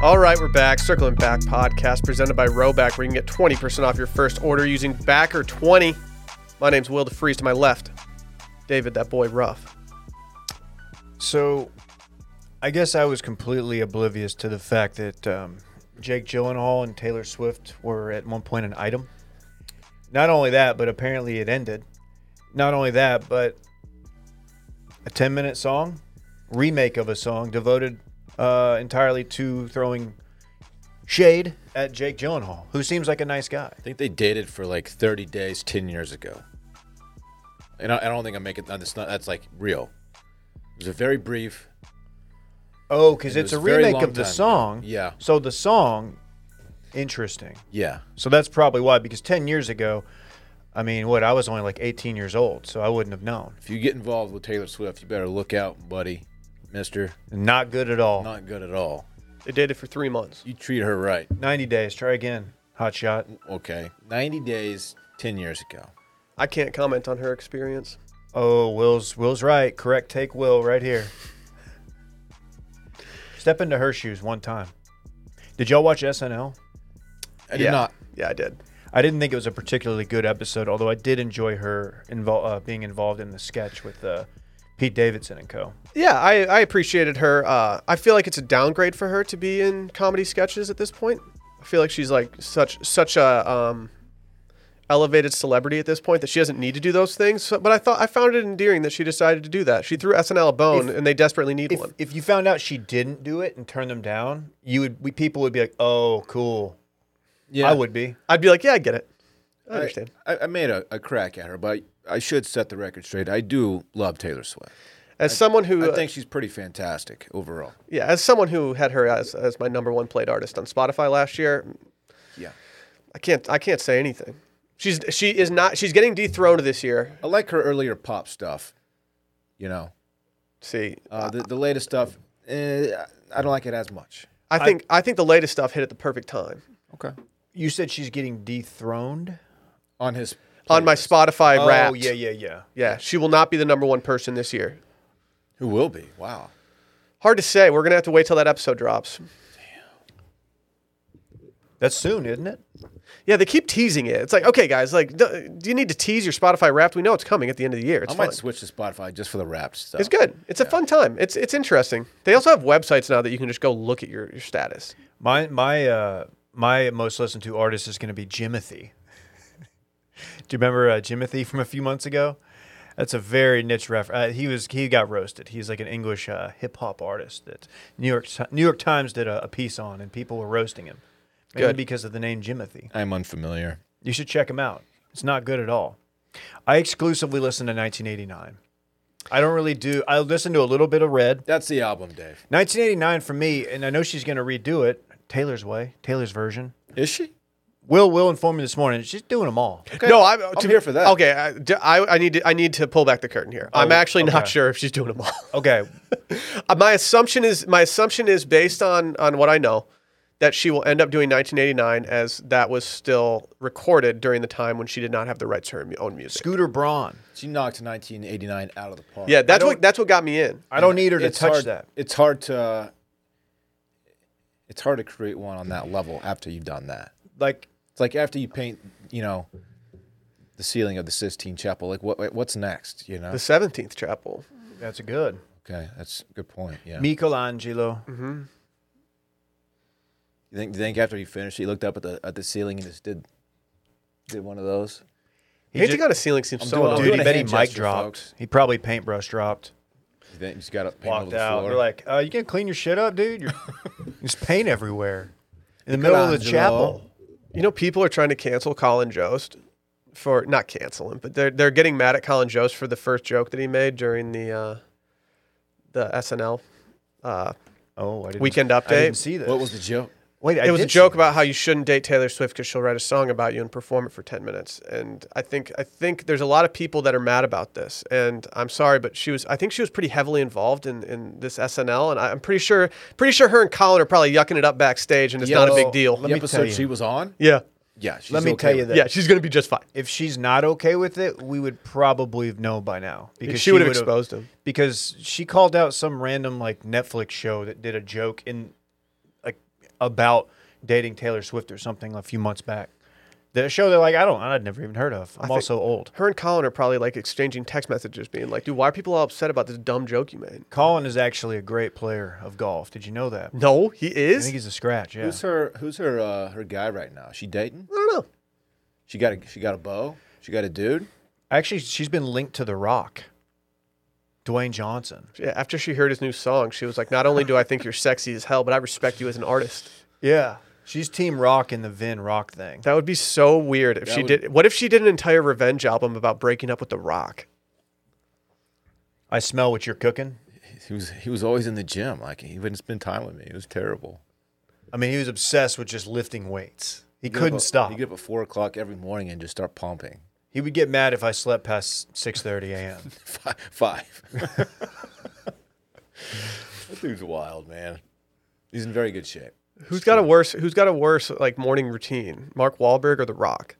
All right, we're back. Circling Back podcast presented by Roback, where you can get 20% off your first order using Backer20. My name's Will DeFreeze. To my left, David, that boy Ruff. So, I guess I was completely oblivious to the fact that um, Jake Gyllenhaal and Taylor Swift were at one point an item. Not only that, but apparently it ended. Not only that, but a 10 minute song, remake of a song devoted uh, entirely to throwing shade at Jake Gyllenhaal, who seems like a nice guy. I think they dated for like 30 days 10 years ago. And I, I don't think I'm making uh, that's not that's like real. It was a very brief. Oh, because It it's a was very remake long of the time ago. song. Yeah. So the song, interesting. Yeah. So that's probably why, because 10 years ago, I mean, what, I was only like 18 years old, so I wouldn't have known. If you get involved with Taylor Swift, you better look out, buddy. Mister, Not good at all. not good at all. They dated for three months. You treat her right. 90 days, try again. Hot shot. Okay. 90 days 10 years ago. I can't comment on her experience. Oh, Will's Will's right. Correct take Will right here. Step into her shoes one time. Did y'all watch SNL? I did yeah. not. Yeah, I did. I didn't think it was a particularly good episode, although I did enjoy her invol- uh, being involved in the sketch with uh, Pete Davidson and co. Yeah, I, I appreciated her. Uh, I feel like it's a downgrade for her to be in comedy sketches at this point. I feel like she's like such such a um, elevated celebrity at this point that she doesn't need to do those things. So, but I thought I found it endearing that she decided to do that. She threw SNL a bone, If- and they desperately need If, one. if you found out she didn't do it and turned them down, you would we, people would be like, "Oh, cool." Yeah. I would be. I'd be like, yeah, I get it. I understand. I, I made a, a crack at her, but I, I should set the record straight. I do love Taylor Swift. As someone who I think she's pretty fantastic overall. yeah, as someone who had her as, as my number one played artist on Spotify last year, Yeah. I can't I can't say anything. She's she is not she's getting dethroned this year. I like her earlier pop stuff. You know, See, uh, the, the latest stuff, eh, I don't like it as much. I think I think the latest stuff hit at the perfect time. Okay. You said she's getting dethroned. On his on my Spotify rap. Oh, yeah, yeah, yeah. yeah. She will not be the number one person this year. who will be? Wow. Hard to say. We're gonna have to wait till that episode drops. That's soon, isn't it? Yeah, they keep teasing it. It's like, okay, guys, like, do, do you need to tease your Spotify Wrapped? We know it's coming at the end of the year. It's I might fun. switch to Spotify just for the rap stuff. It's good. It's a fun time. It's it's interesting. They also have websites now that you can just go look at your, your status. My my uh my most listened to artist is going to be Jimothy. Do you remember uh, Jimothy from a few months ago? That's a very niche reference. Uh, he was he got roasted. He's like an English uh, hip hop artist that New York Ti- New York Times did a, a piece on, and people were roasting him, maybe Good. because of the name Jimothy. I'm unfamiliar. You should check him out. It's not good at all. I exclusively listen to 1989. I don't really do. I listen to a little bit of Red. That's the album, Dave. 1989 for me, and I know she's going to redo it Taylor's way, Taylor's version. Is she? Will will inform me this morning. She's doing them all. No, I'm, I'm to be- here for that. Oh, Okay, I, d- I- I need to I need to pull back the curtain here. I'm actually okay. not sure if she's doing them all. Okay. Uh, my assumption is my assumption is based on on what I know that she will end up doing 1989 as that was still recorded during the time when she did not have the rights to her mu- own music. Scooter Braun. She knocked 1989 out of the park. Yeah, that's what that's what got me in. I don't need her to it's touch hard, that. It's hard to. It's hard to create one on that level after you've done that. Like It's like after you paint, you know, the ceiling of the Sistine Chapel. Like what? What's next? You know. The 17th Chapel. that's a good. okay, that's a good point. Yeah. Michelangelo. Mm-hmm. You think, you think after he finished, he looked up at the at the ceiling and just did did one of those? He Painting ju- on a ceiling seems so doing- I'm annoying. dude, doing he a bet he hand mic gesture, dropped. folks. He probably paintbrush dropped. You think he's got a paint over Walked the out. floor? We're like, uh, you can clean your shit up, dude. You're just paint everywhere. In the middle of the Michelangelo. chapel. You know, people are trying to cancel Colin Jost for not cancel him, but they're they're getting mad at Colin Jost for the first joke that he made during the uh, the SNL uh, Oh, I didn't, Weekend I didn't update. see this. what was the joke? Wait, I it was a did joke see- about how you shouldn't date Taylor Swift because she'll write a song about you and perform it for ten minutes. And I think I think there's a lot of people that are mad about this. And I'm sorry, but she was I think she was pretty heavily involved in, in this SNL. And I, I'm pretty sure pretty sure her and Colin are probably yucking it up backstage, and it's not a big deal. The me tell episode you. she was on. Yeah, Yeah. She's Let me okay tell you with it. that yeah, she's gonna be just fine. if she's not okay with it, we would probably know by now because she would have would've- exposed him. Because she called out some random like Netflix show that did a joke in like about dating Taylor Swift or something a few months back. The show they're like, I don't, I'd never even heard of. I'm think- also old. Her and Colin are probably like exchanging text messages, being like, "Dude, why are people all upset about this dumb joke you made?" Colin is actually a great player of golf. Did you know that? I No, he is. think he's a scratch. Yeah. Who's her? Who's her? Uh, her guy right now? She dating? I don't know. She got a. She got a beau. She got a dude. Actually, she's been linked to The Rock, Dwayne Johnson. Yeah, after she heard his new song, she was like, "Not only do I think you're sexy as hell, but I respect you as an artist." Yeah. She's Team Rock in the Vin Rock thing. That would be so weird if she would- did. What if she did an entire revenge album about breaking up with The Rock? I smell what you're cooking. He was. He was always in the gym. Like he wouldn't spend time with me. It was terrible. I mean, he was obsessed with just lifting weights. He Get up couldn't at- stop. He'd get up at four o'clock every morning and just start pumping. He would get mad if I slept past 6:30 a.m. Five. five. that dude's wild, man. He's in very good shape. Who's got a worse? Who's got a worse like morning routine? Mark Wahlberg or The Rock?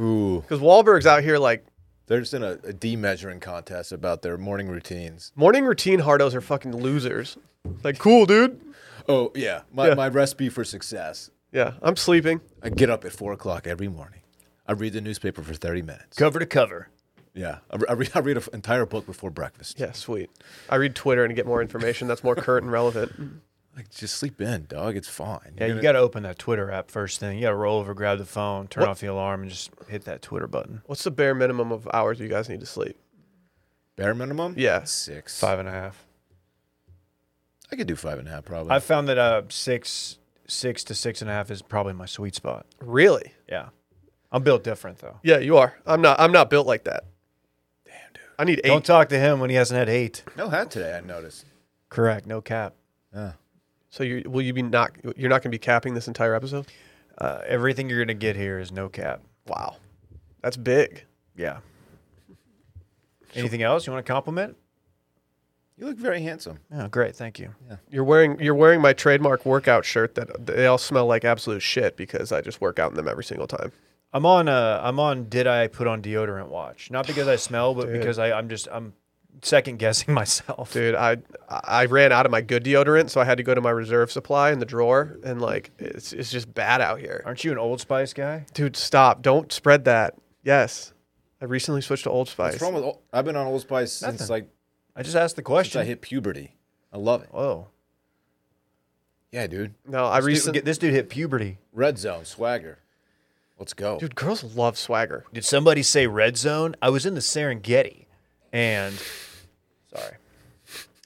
Ooh, Because Wahlberg's out here like they're just in a, a D measuring contest about their morning routines. morning routine hardos are fucking losers. Like, cool, dude. Oh yeah, my Yeah. my recipe for success. Yeah, I'm sleeping. I get up at four o'clock every morning. I read the newspaper for thirty minutes. cover to cover. Yeah, I, re- I, read, I read an entire book before breakfast. Yeah, sweet. I read Twitter and get more information that's more current and relevant. Like, just sleep in, dog. It's fine. Yeah, You're you gonna- got to open that Twitter app first thing. You got to roll over, grab the phone, turn off the alarm, and just hit that Twitter button. What's the bare minimum of hours you guys need to sleep? bare minimum. Yeah. six. Five and a half. I could do five and a half probably. I found that uh, six, six to six and a half is probably my sweet spot. Really? Yeah, I'm built different though. Yeah, you are. I'm not. I'm not built like that. Damn, dude. I need 8 Don't talk to him when he hasn't had eight. No hat today. I noticed. Correct. No cap. Yeah. so you will you be not? You're not going to be capping this entire episode. Uh, everything you're gonna get here is no cap. Wow, that's big. Yeah. Anything else you want to compliment? You look very handsome. Yeah, great. Thank you. You're wearing you're wearing my trademark workout shirt that they all smell like absolute shit because I just work out in them every single time. I'm on uh I'm on did I put on deodorant watch. Not because I smell, but because I, I'm just I'm second guessing myself. Dude, I I ran out of my good deodorant, so I had to go to my reserve supply in the drawer, and like it's it's just bad out here. Aren't you an old spice guy? Dude, stop! Don't spread that. Yes, I recently switched to Old Spice. What's wrong with? Ol- I've been on Old Spice since Nothing. like I just asked the since I question. hit puberty. I love it. Whoa. Yeah, dude. no, I This dude, recently. get- this dude hit puberty. Red zone swagger. Let's go. Dude, girls love swagger. Did somebody say red zone? I was in the Serengeti and sorry.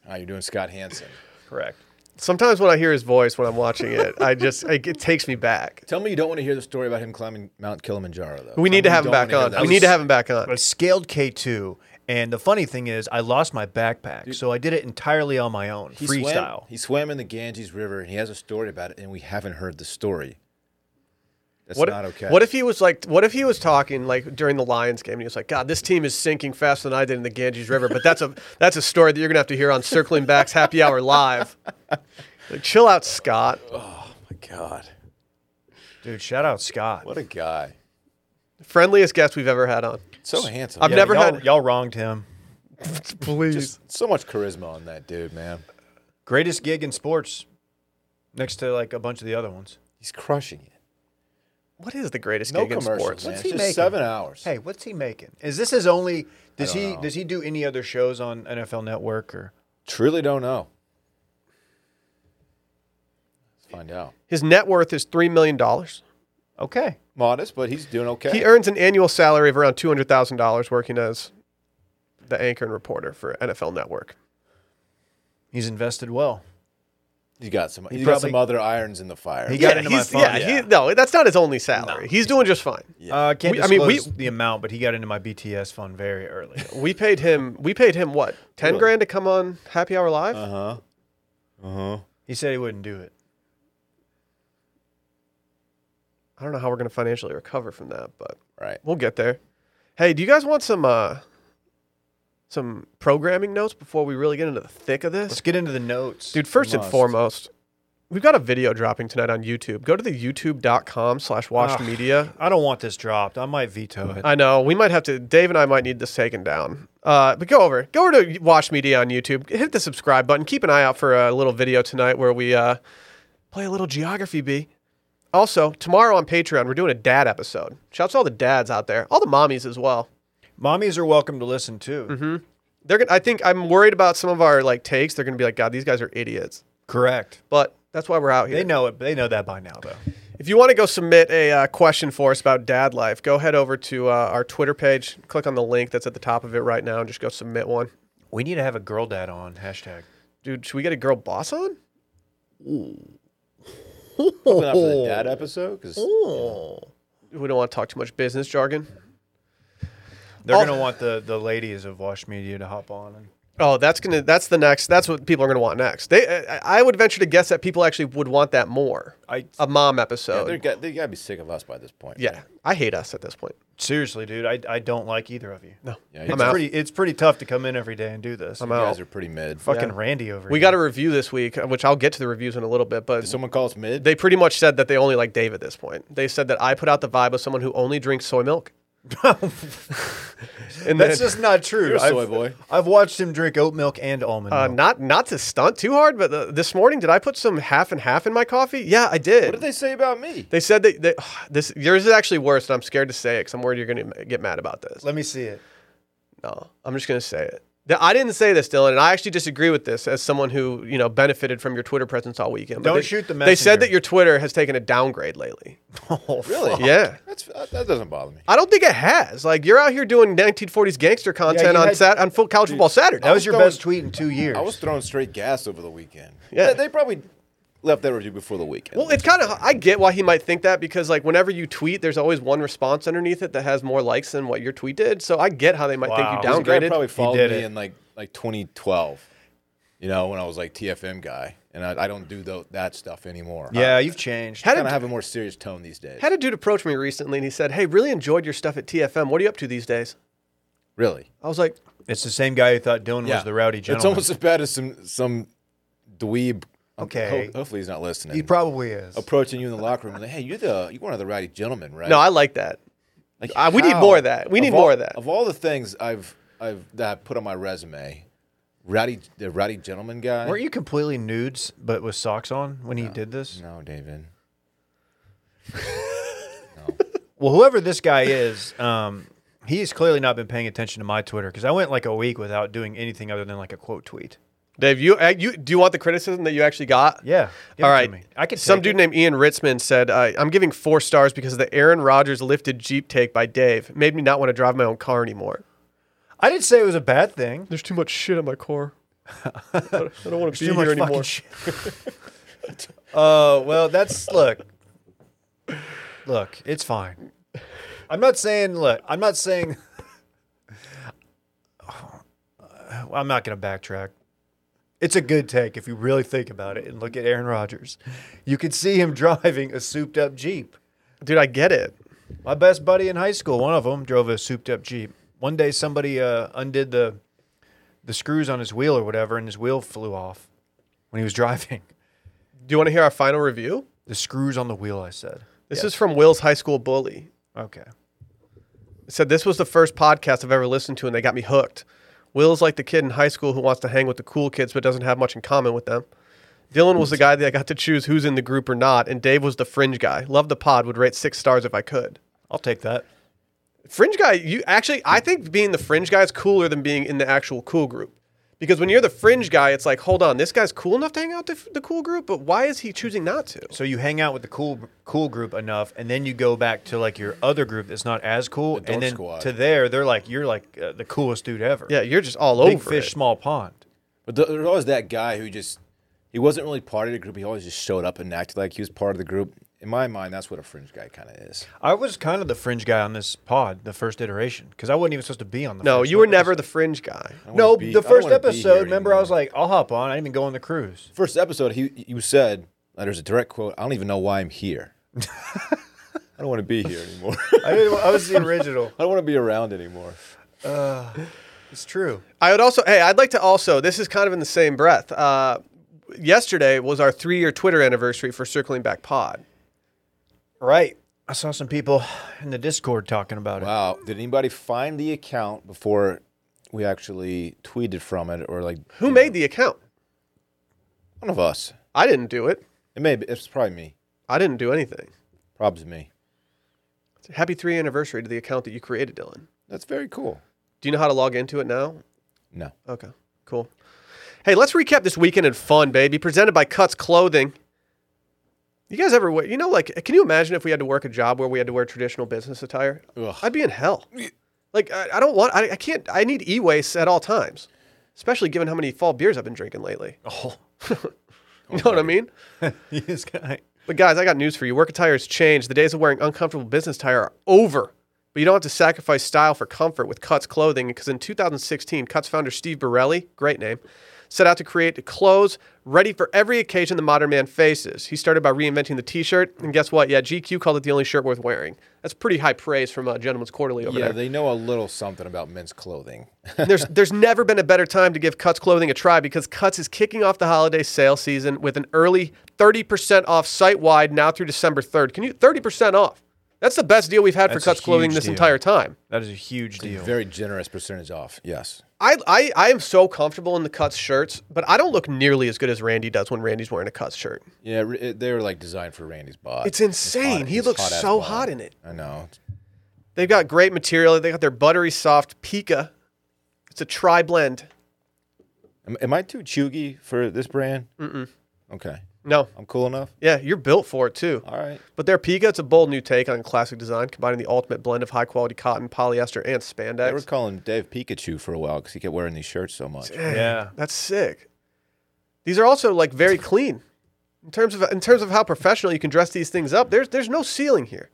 Ah, you're doing Scott Hansen. Correct. Sometimes when I hear his voice when I'm watching it, I just like, it takes me back. Tell me you don't want to hear the story about him climbing Mount Kilimanjaro though. We need to Tell have me you him don't back wanna hear on. that. We need to have him back on. I scaled K2 and the funny thing is I lost my backpack, so I did it entirely on my own. He swam- freestyle. he swam in the Ganges River, and he has a story about it, and we haven't heard the story. That's What not if, okay. What if he was like? What if he was talking like during the Lions game? and He was like, "God, this team is sinking faster than I did in the Ganges River." But that's a that's a story that you're gonna have to hear on Circling Backs Happy Hour Live. Like, chill out, Scott. Oh my God! Dude, shout out Scott. What a guy! Friendliest guest we've ever had on. So handsome. I've Yeah, never y'all, had- y'all wronged him. Please. so much charisma on that dude, man. Greatest gig in sports, next to like a bunch of the other ones. He's crushing it. what is the greatest No gig in commercials, sports? man. What's he It's just making? seven hours. Hey, what's he making? Is this his only? Does don't he know. does he do any other shows on NFL Network or? truly don't know. Let's find out. His net worth is three million dollars. Okay, Modest, but he's doing okay. He earns an annual salary of around two hundred thousand dollars working as the anchor and reporter for NFL Network. he's invested well. he's got some. He's got probably- some other irons in the fire. He got into my he's, phone, yeah, yeah. He, no, that's not his only salary. he's doing just fine. Uh, I can't We- I mean, disclose we- the amount, but he got into my BTS fund very early. We paid him. We paid him what? Ten grand to come on Happy Hour Live. Uh-huh. Uh huh. Uh huh. he said he wouldn't do it. I don't know how we're gonna financially recover from that, but Right. we'll get there. Hey, do you guys want some uh, some programming notes before we really get into the thick of this, Let's get into the notes, dude? First and must. foremost, we've got a video dropping tonight on YouTube. Go to the YouTube.com/slash Washed Ugh. Media. I don't want this dropped. I might veto it. I know. We might have to. Dave and I might need this taken down. Uh, but go over, go over to Watch Media on YouTube. Hit the subscribe button. Keep an eye out for a little video tonight where we uh, Play a little geography, B. Also, tomorrow on Patreon, we're doing a dad episode. Shouts to all the dads out there, all the mommies as well. Mommies are welcome to listen too. They're gonna, I think I'm worried about some of our like takes. They're going to be like, God, these guys are idiots. Correct. But that's why we're out here. They know it. They know that by now, though. If you want to go submit a uh, question for us about dad life, go head over to uh, our Twitter page, click on the link that's at the top of it right now, and just go submit one. We need to have a girl dad on hashtag. Dude, should we get a girl boss on? Open up for the Oh. dad episode because We don't want to talk too much business jargon. They're Oh. gonna want the the ladies of Wash Media to hop on. And, Oh, that's gonna that's the next. That's what people are gonna want next. They, I, I would venture to guess that people actually would want that more. I A mom they episode. got they gotta be sick of us by this point. Yeah, I hate us at this point. seriously, dude, I, I don't like either of you. No, Yeah, I'm it's out. pretty it's pretty tough to come in every day and do this. I'm you out. guys are pretty mid. Fucking Randy over We here. got a review this week, uh, which I'll get to the reviews in a little bit. But Did someone call us mid? they pretty much said that they only like Dave at this point. They said that I put out the vibe of someone who only drinks soy milk. and That's that's just not true. You're a I've- soy boy. I've watched him drink oat milk and almond uh, milk. not not to stunt too hard, but uh, this morning did I put some half and half in my coffee? Yeah, I did. what did they say about me? They said that, that this yours is actually worse, and I'm scared to say it because I'm worried you're going to get mad about this. Let me see it. No, I'm just going to say it. Th- I didn't say this, Dylan, and I actually disagree with this as someone who you know benefited from your Twitter presence all weekend. But Don't they- shoot the They said messenger. that your Twitter has taken a downgrade lately. Oh, Really? Yeah. That's uh, that doesn't bother me. I don't think it has. Like you're out here doing 1940s gangster content you on had- sat- on full college football Saturday. That was your throwing- best tweet in two years. I was throwing straight gas over the weekend. Yeah. They, they probably left that review before the weekend. well, it's kind of I get why he might think that because like whenever you tweet, there's always one response underneath it that has more likes than what your tweet did. So I get how they might Wow. think you This This guy downgraded. probably followed did me it. in like like 2012. You know, when I was like TFM guy, and I, I don't do tho- that stuff anymore. yeah, you've changed. How I kind did of have a more serious tone these days. Had a dude approach me recently and he said, Hey, really enjoyed your stuff at TFM. What are you up to these days? Really? I was like, It's the same guy who thought Dylan was the rowdy It's gentleman. almost as bad as some some dweeb. I'm- Okay. ho- hopefully he's not listening. he probably is. approaching you in the locker room and like, hey, you're the you're one of the rowdy gentlemen, right? No, I like that. Like, Uh, we need how? more of that. We need all- more of that. Of all the things I've I've that I put on my resume, rowdy the rowdy gentleman guy. Weren't you completely nudes but with socks on when he did this? No, David. Well, whoever this guy is, um, he's clearly not been paying attention to my Twitter because I went like a week without doing anything other than like a quote tweet. Dave, you, uh, you do you want the criticism that you actually got? Yeah. give All it right. to me. I could Some take dude it. named Ian Ritzman said, uh, I'm giving four stars because of the Aaron Rodgers lifted Jeep take by Dave made me not want to drive my own car anymore. I didn't say it was a bad thing. There's too much shit on my car. I don't, I don't want to be Too much here fucking anymore. shit. Oh well, that's look. Look, it's fine. I'm not saying. Look, I'm not saying. I'm not going to backtrack. It's a good take if you really think about it and look at Aaron Rodgers. You could see him driving a souped-up Jeep. Dude, I get it. My best buddy in high school, one of them drove a souped up Jeep. One day somebody uh, undid the the screws on his wheel or whatever and his wheel flew off when he was driving. Do you want to hear our final review? The screws on the wheel, I said. This is from Will's high school bully. Okay. said this was the first podcast I've ever listened to, and they got me hooked. Will's like the kid in high school who wants to hang with the cool kids but doesn't have much in common with them. Dylan was the guy that got to choose who's in the group or not, and Dave was the fringe guy. Love the pod, would rate six stars if I could. I'll take that. Fringe guy, you actually, I think being the fringe guy is cooler than being in the actual cool group. Because when you're the fringe guy, it's like, hold on, this guy's cool enough to hang out with the cool group, but why is he choosing not to? So you hang out with the cool cool group enough and then you go back to like your other group that's not as cool dork and then squad. to there they're like you're like uh, the coolest dude ever. Yeah, you're just all Big over fish it. small pond. But th- there was always that guy who just he wasn't really part of the group. He always just showed up and acted like he was part of the group. In my mind, that's what a fringe guy kind of is. I was kind of the fringe guy on this pod, the first iteration, because I wasn't even supposed to be on the No, first you were one. never the fringe guy. No, wanna be- I the don't first wanna be here episode, remember, I was anymore. like, I'll hop on. I didn't even go on the cruise. First episode, he you said uh, there's a direct quote. I don't even know why I'm here. I don't want to be here anymore. I I, didn't, I was the original. don't want to be around anymore. It's true. I would also, hey, I'd like to also, this is kind of in the same breath. Uh, yesterday was our three year Twitter anniversary for Circling Back Pod. Right. I saw some people in the Discord talking about it. Wow, did anybody find the account before we actually tweeted from it or like Who made the account? one of us? I didn't do it. It may be, it's probably me. I didn't do anything. Probably me. Happy three anniversary to the account that you created, Dylan. That's very cool. Do you know how to log into it now? No. Okay, cool. Hey, let's recap this weekend in fun, baby. Presented by Cuts Clothing. You guys ever, wear- you know, like, can you imagine if we had to work a job where we had to wear traditional business attire? Ugh. I'd be in hell. Like, I, I don't want, I, I can't, I need e waste at all times, especially given how many fall beers I've been drinking lately. Oh, You know what I mean? this guy. But guys, I got news for you. Work attire has changed. The days of wearing uncomfortable business attire are over. But you don't have to sacrifice style for comfort with Cuts clothing because in 2016, Cuts founder Steve Borelli, great name, set out to create clothes ready for every occasion the modern man faces. He started by reinventing the t-shirt, and guess what? Yeah, GQ called it the only shirt worth wearing. That's pretty high praise from uh, Gentleman's Quarterly over Yeah, there. they know a little something about men's clothing. And there's there's never been a better time to give Cuts Clothing a try because Cuts is kicking off the holiday sale season with an early 30% off site wide now through December 3rd. Can you 30% off? That's the best deal we've had That's for a Cuts Clothing huge this deal. entire time. That is a huge deal. very generous percentage off. Yes. I, I I am so comfortable in the Cuts shirts, but I don't look nearly as good as Randy does when Randy's wearing a Cuts shirt. Yeah, re- it- they were like designed for Randy's body. It's insane. he looks so hot in it. I know. They've got great material. They got their buttery soft Pika. It's a tri blend. Am, am I too chuggy for this brand? Mm-mm. Okay. No, I'm cool enough. yeah, you're built for it too. All right. But their Pika, it's a bold new take on classic design, combining the ultimate blend of high quality cotton, polyester, and They were spandex. calling Dave Pikachu for a while because he kept wearing these shirts so much. Yeah. That's sick. These are also like very clean. In terms of in terms of how professional you can dress these things up, there's there's no ceiling here.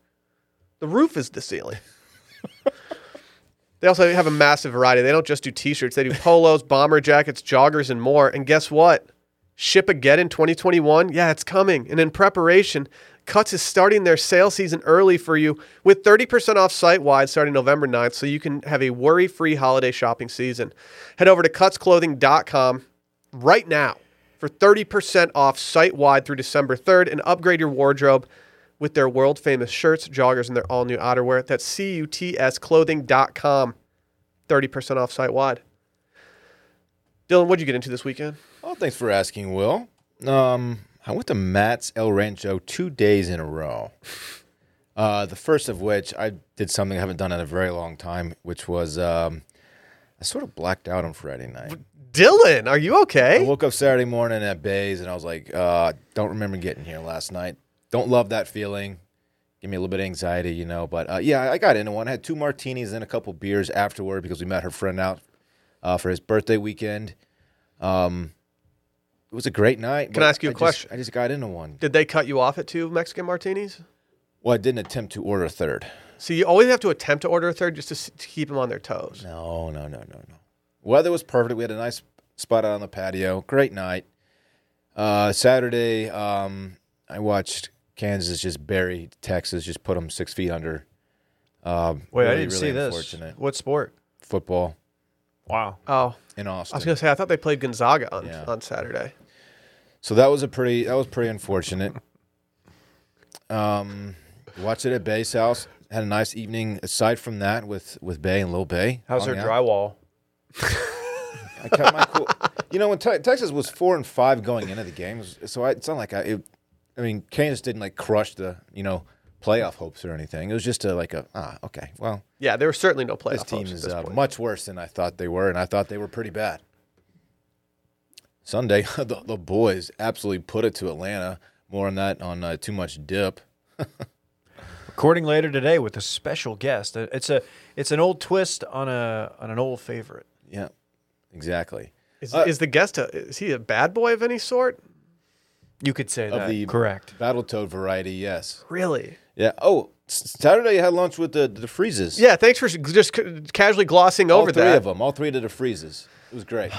The roof is the ceiling. they also have a massive variety. They don't just do t-shirts, they do polos, bomber jackets, joggers, and more. And guess what? Ship again in 2021? Yeah, it's coming. And in preparation, Cuts is starting their sale season early for you with 30% off site wide starting November 9th, so you can have a worry free holiday shopping season. Head over to cutsclothing.com right now for 30% off site wide through December 3rd and upgrade your wardrobe with their world famous shirts, joggers, and their all new outerwear. That's cutsclothing.com. 30% off site wide. Dylan, what'd you get into this weekend? Oh, thanks for asking, Will. Um, I went to Matt's El Rancho two days in a row. Uh, the first of which I did something I haven't done in a very long time, which was um, I sort of blacked out on Friday night. Dylan, are you I okay? woke up Saturday morning at Bays and I was like, uh, don't remember getting here last night. Don't love that feeling. Give me a little bit of anxiety, you know. But uh, yeah, I got into one. I had two martinis and a couple beers afterward because we met her friend out uh, for his birthday weekend. Um, it was a great night. Can but I ask you a just- question? I just got into one. Did they cut you off at two Mexican martinis? Well, I didn't attempt to order a third. So you always have to attempt to order a third just to, s- to keep them on their toes. No, no, no, no, no. Weather was perfect. We had a nice spot out on the patio. Great night. Uh, Saturday, um, I watched Kansas just bury Texas, just put them six feet under. Um, Wait, I really, didn't really see this. unfortunate. What sport? Football Wow. Oh, in I was Austin. gonna say I thought they played Gonzaga on Yeah. on Saturday. So that was a pretty that was pretty unfortunate. Um, watched it at Bay's house. Had a nice evening. Aside from that, with with Bay and Lil Bay. How's her hung out. drywall? I kept my cool. You know, when te- Texas was four and five going into the games, so I, it's not like I. It, I mean, Kansas didn't like crush the you know playoff hopes or anything. It was just a, like a ah okay, well Yeah, there were certainly no playoff this team hopes at is this uh, point. much worse than I thought they were, and I thought they were pretty bad. Sunday, the, the boys absolutely put it to Atlanta. More on that on uh, too much dip. Recording later today with a special guest. Uh, It's a it's an old twist on a on an old favorite. Yeah, exactly. Is, is the guest a, is he a bad boy of any sort? You could say that. the- Correct. Battletoad variety, yes. Really? Yeah. Oh, s- Saturday I had lunch with the the freezes. Yeah. Thanks for just ca- casually glossing all over three that. of them, all three to the freezes. It was great.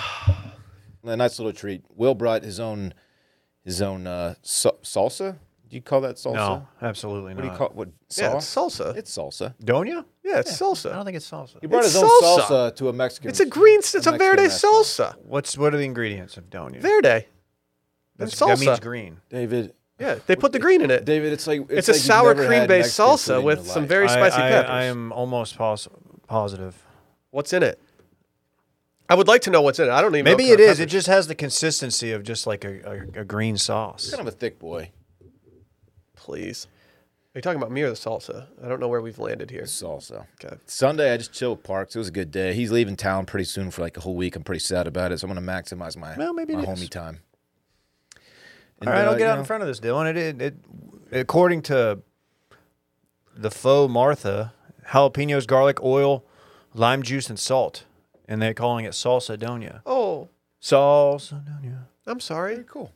a nice little treat. Will brought his own, his own uh, sa- salsa. Do you call that salsa? No, absolutely What not. do you call what Yeah, sauce? it's salsa. It's salsa. Don't you? yeah, it's I salsa. don't think it's salsa. He brought It's his own salsa. salsa. to a Mexican. It's a green. It's a Mexican verde restaurant. salsa. What's what are the ingredients of don't you? Verde. That's, and that salsa. means green. David. Yeah, they put the green in it. David, it's like It's, like a you've sour never cream had based Mexican food salsa in with your some life. very spicy I, I, peppers. I am almost pos- positive. What's in it? I would like to know what's in it. I don't even. know Maybe what it kind of is. It peppers. just has the consistency of just like a, a, a green sauce. Kind of a thick boy. Please. Are you talking about me or the salsa? I don't know where we've landed here. Salsa. Okay. Sunday, I just chilled with Parks. It was a good day. He's leaving town pretty soon for like a whole week. I'm pretty sad about it, so I'm gonna maximize my Well, maybe it my is. homie time. And, All right, uh, I'll get you out know, in front of this, Dylan. It, it, it according to the faux Martha, jalapenos, garlic oil, lime juice, and salt, and they're calling it salsa donia. Oh, Salsa donia. I'm sorry. Very cool.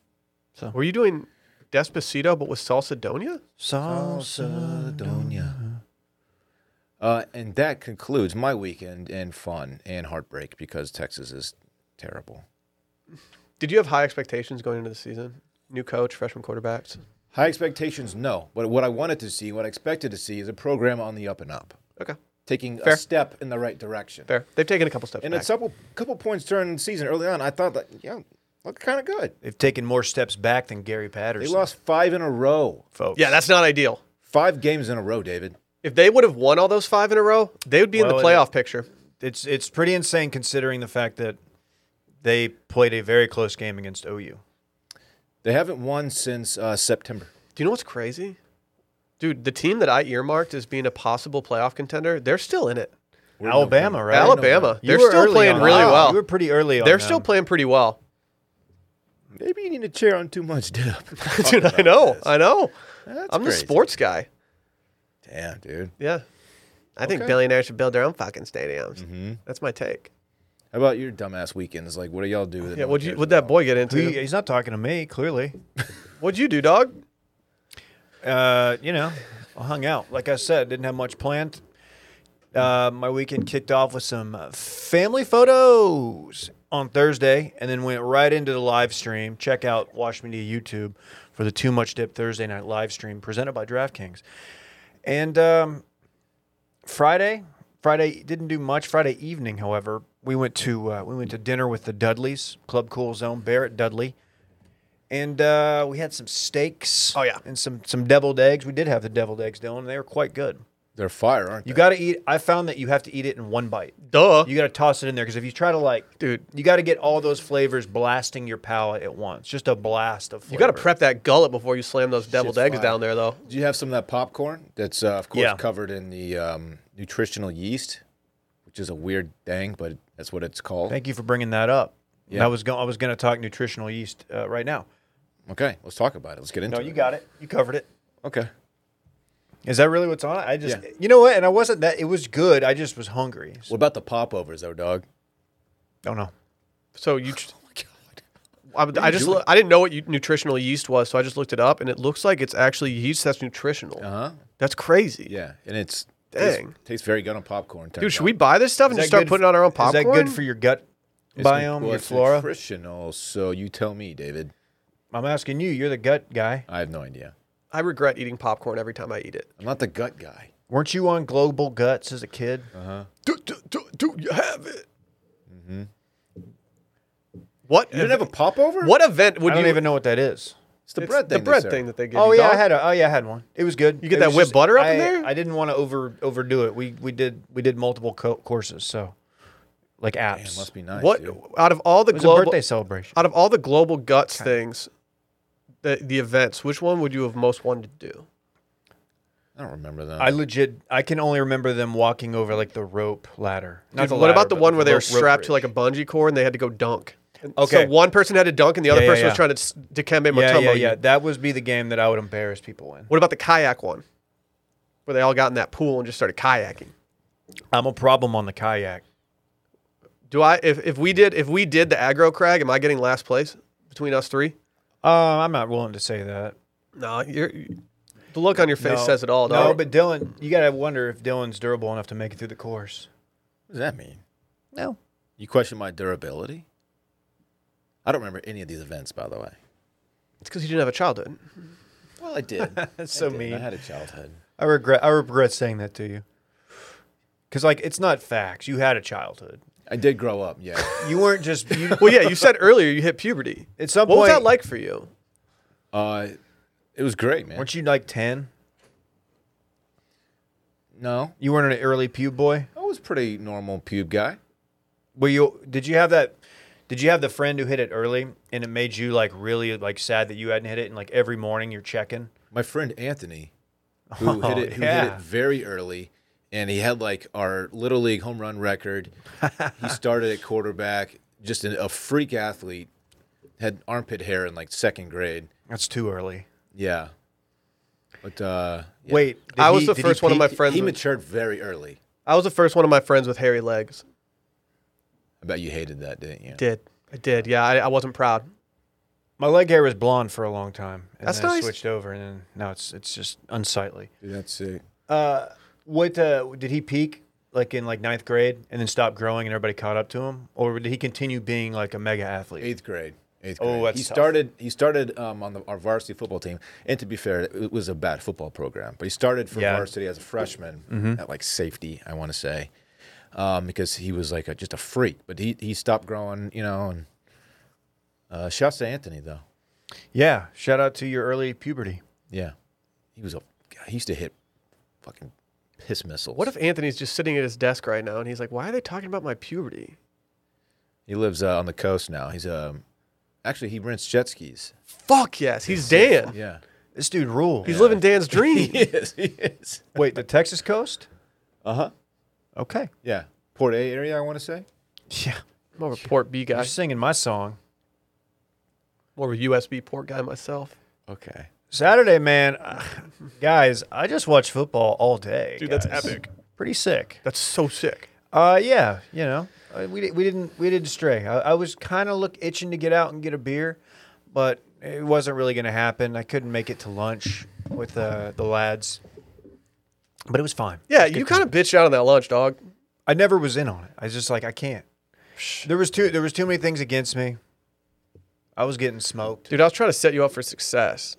Were you doing Despacito but with salsa donia? Salsa. Uh, and that concludes my weekend and fun and heartbreak because Texas is terrible. Did you have high expectations going into the season? New coach, freshman quarterbacks. High expectations, no. But what I wanted to see, what I expected to see, is a program on the up and up, Okay, taking Fair. a step in the right direction. fair. They've taken a couple steps And back. a couple couple points during the season early on, I thought that yeah, looked kind of good. They've taken more steps back than Gary They Patterson. lost five in a row, folks. yeah, that's not ideal. five games in a row, David. If they would have won all those five in a row, they would be in Well, the it- playoff picture. it's it's pretty insane considering the fact that they played a very close game against OU. They haven't won since uh, September. Do you know what's crazy? Dude, the team that I earmarked as being a possible playoff contender, they're still in it. We're in Alabama, November. right? Alabama. You They're were still early playing on really them. well. You were pretty early on. They're still them. playing pretty well. Maybe you need to cheer on too much dip. Dude, I know. I know. That's I'm the crazy. sports guy. Damn, dude. Yeah. I think Okay. billionaires should build their own fucking stadiums. That's my take. How about your dumbass weekends? Like, what do y'all do? that Yeah, no one what'd you cares what'd that about? boy get into? He- he's not talking to me, clearly. What'd you do, dog? Uh, you know, I hung out. Like I said, didn't have much planned. Uh, my weekend kicked off with some uh, family photos on Thursday, and then went right into the live stream. Check out Wash Media YouTube for the Too Much Dip Thursday night live stream presented by DraftKings. And um, Friday, Friday didn't do much. Friday evening, however, we went to uh, we went to dinner with the Dudleys, Club Cool Zone, Barrett Dudley, and uh, we had some steaks. Oh, yeah. and some some deviled eggs. We did have the deviled eggs, Dylan. and They were quite good. They're fire, aren't You they? got to eat. I found that you have to eat it in one bite. Duh. You got to toss it in there because if you try to like, Dude. you got to get all those flavors blasting your palate at once. Just a blast of. Flavor. You got to prep that gullet before you slam those deviled eggs fire. down there, though. Do you have some of that popcorn that's, uh, of course, Yeah. covered in the um, nutritional yeast, which is a weird thing, but that's what it's called. Thank you for bringing that up. Yeah. I was going. I was going to talk nutritional yeast uh, right now. Okay, let's talk about it. Let's get into No, it. you got it. You covered it. okay. Is that really what's on it? I just, Yeah. you know what? And I wasn't that. It was good. I just was hungry. What about the popovers, though, dog? Don't know. So you, Oh my god. I, I just, doing? loo- I didn't know what you, nutritional yeast was, so I just looked it up, and it looks like it's actually yeast that's nutritional. Uh huh. That's crazy, Yeah, and it's Dang. tastes, tastes very good on popcorn. dude. Should we buy this stuff and just start putting it on our own popcorn? Is that good for your gut biome, your flora? Nutritional. So you tell me, David. I'm asking you. You're the gut guy. I have no idea. I regret eating popcorn every time I eat it. I'm not the gut guy. Weren't you on Global Guts as a kid? Do, do, do, do you have it? Mm-hmm. What? You didn't have a popover? what event would I don't you even know what that is. It's the it's bread thing. The bread they serve. thing that they give. Oh you, yeah, I dog. had a, oh yeah, I had one. It was good. You get that whipped butter up in there? I didn't want to over overdo it. We we did we did multiple co- courses, so like apps. Must be nice. what dude. out of all the it was a global birthday celebration. out of all the global guts things, the the events, which one would you have most wanted to do? I don't remember that. I legit I can only remember them walking over like the rope ladder. Not Dude, the what ladder, about the but one where they were rope- rope strapped to bridge. like a bungee cord and they had to go dunk? And Okay. So one person had to dunk and the other Yeah, yeah, person yeah. was trying to s- dikembe Mutombo. yeah, yeah, you. yeah. That would be the game that I would embarrass people in. What about the kayak one? Where they all got in that pool and just started kayaking. I'm a problem on the kayak. Do I if, if we did if we did the aggro crag, am I getting last place between us three? Uh, I'm not willing to say that. No, you're you- the look on your face No. says it all, No, dog. but Dylan, you gotta wonder if Dylan's durable enough to make it through the course. what does that mean? No. You question my durability? I don't remember any of these events, by the way. it's because you didn't have a childhood. Well, I did. That's so I, mean. had a childhood. I regret I regret saying that to you. Cause like it's not facts. You had a childhood. I did grow up. Yeah. You weren't just you, Well, yeah, you said earlier you hit puberty. at some What point. was that like for you? uh, it was great, man. Weren't you like ten? No, You weren't an early pube boy. I was pretty normal pube guy. Were you? Did you have that? Did you have the friend who hit it early and it made you like really like sad that you hadn't hit it and like every morning you're checking? my friend Anthony, who Oh, hit it, who hit yeah. it very early, and he had like our little league home run record. he started at quarterback, just an, a freak athlete. Had armpit hair in like second grade. That's too early. Yeah, but uh, yeah. Wait, I did was he- the did he first one of peak? my friends. he with- matured very early. I was the first one of my friends with hairy legs. I bet you hated that, didn't you? Did I did? Yeah, I, I wasn't proud. My leg hair was blonde for a long time, and That's then I nice. switched over, and then now it's it's just unsightly. Dude, that's sick. Uh, what uh, did he peak like in like ninth grade and then stop growing and everybody caught up to him, or did he continue being like a mega athlete? Eighth grade. Eighth grade. Oh, that's he tough. started. He started um, on the, our varsity football team, and to be fair, it was a bad football program. But he started for Yeah. varsity as a freshman at like safety, I want to say, um, because he was like a, just a freak. But he he stopped growing, you know. And uh, shouts to Anthony though. Yeah, shout out to your early puberty. Yeah, he was a God, he used to hit fucking piss missiles. What if Anthony's just sitting at his desk right now and he's like, "Why are they talking about my puberty?" he lives uh, on the coast now? He's um actually he rents jet skis. Fuck yes, he's Dan. Yeah, This dude rules. He's living Dan's dream. he is. He is. Wait, the Texas coast? Uh Uh-huh. huh. Okay. Yeah, Port A area, I want to say. Yeah. More of a port B You're guy. singing my song. More of a USB port guy myself. Okay. Saturday, man. guys, I just watch football all day. Dude, that's guys. epic. Pretty sick. That's so sick. Uh, yeah, you know, uh, we di- we didn't we didn't stray. I, I was kind of look itching to get out and get a beer, but it wasn't really going to happen. I couldn't make it to lunch with uh, the lads, but it was fine. It Yeah, was good you kind of bitched out on that lunch, dog. I never was in on it. I was just like I can't. There was too there was too many things against me. I was getting smoked. Dude, I was trying to set you up for success.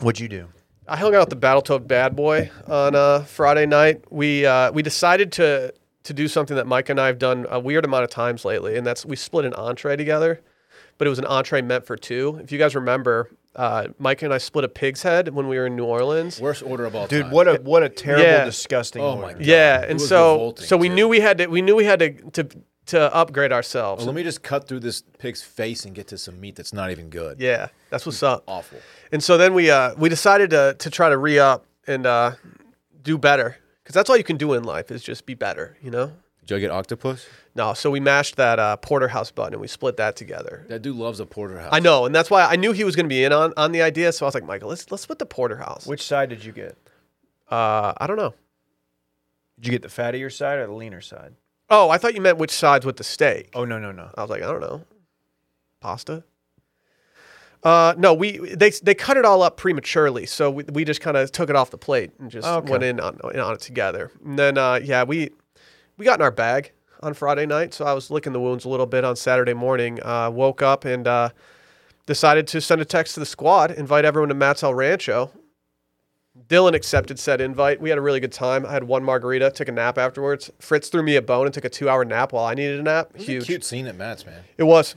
What'd you do? I hung out with the Battletoad Bad Boy on uh, Friday night. We uh, we decided to to do something that Mike and I have done a weird amount of times lately, and that's we split an entree together, but it was an entree meant for two. If you guys remember, uh, Mike and I split a pig's head when we were in New Orleans. Worst order of all Dude, time. what a what a terrible Yeah. disgusting Oh my order. God. Yeah, It and was so revolting, so we too. knew we had to we knew we had to to to upgrade ourselves. Well, let me just cut through this pig's face and get to some meat that's not even good. yeah, that's what's up. Awful. And so then we uh, we decided to to try to re up and uh, do better because that's all you can do in life is just be better, you know. Did y'all get octopus? No, so we mashed that uh, porterhouse button and we split that together. That dude loves a porterhouse. I know, and that's why I knew he was going to be in on, on the idea. So I was like, Michael, let's let's split the porterhouse. Which side did you get? Uh, I don't know. Did you get the fattier side or the leaner side? Oh, I thought you meant which sides with the steak. Oh no no no. I was like, I don't know, pasta. Uh, no, we they they cut it all up prematurely, so we, we just kind of took it off the plate and just Okay. went in on in on it together. And then uh, yeah, we we got in our bag on Friday night, so I was licking the wounds a little bit on Saturday morning. Uh, woke up and uh, decided to send a text to the squad, invite everyone to Matt's El Rancho. Dylan accepted said invite. We had a really good time. I had one margarita, took a nap afterwards. Fritz threw me a bone and took a two-hour nap while I needed a nap. It was Huge. A cute scene at Matt's, man. It was.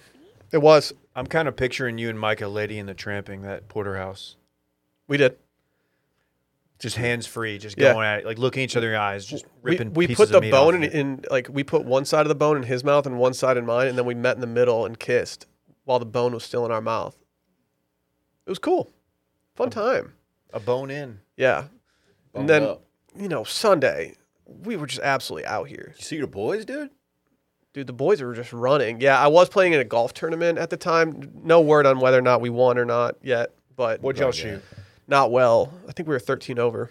It was. I'm kind of picturing you and Micah Lady in the tramping that porterhouse, We did. just hands free, just Yeah. going at it, like looking each other in the eyes, just We, ripping. we pieces put the of meat bone off in, of it. in, like, we put one side of the bone in his mouth and one side in mine, and then we met in the middle and kissed while the bone was still in our mouth. It was cool. Um, Fun time. a bone in. Yeah. And Boned then, up. you know, Sunday, we were just absolutely out here. you see your boys, dude. Dude, the boys were just running. Yeah, I was playing in a golf tournament at the time. No word on whether or not we won or not yet, but What'd y'all yeah. shoot? not well. I think we were 13 over.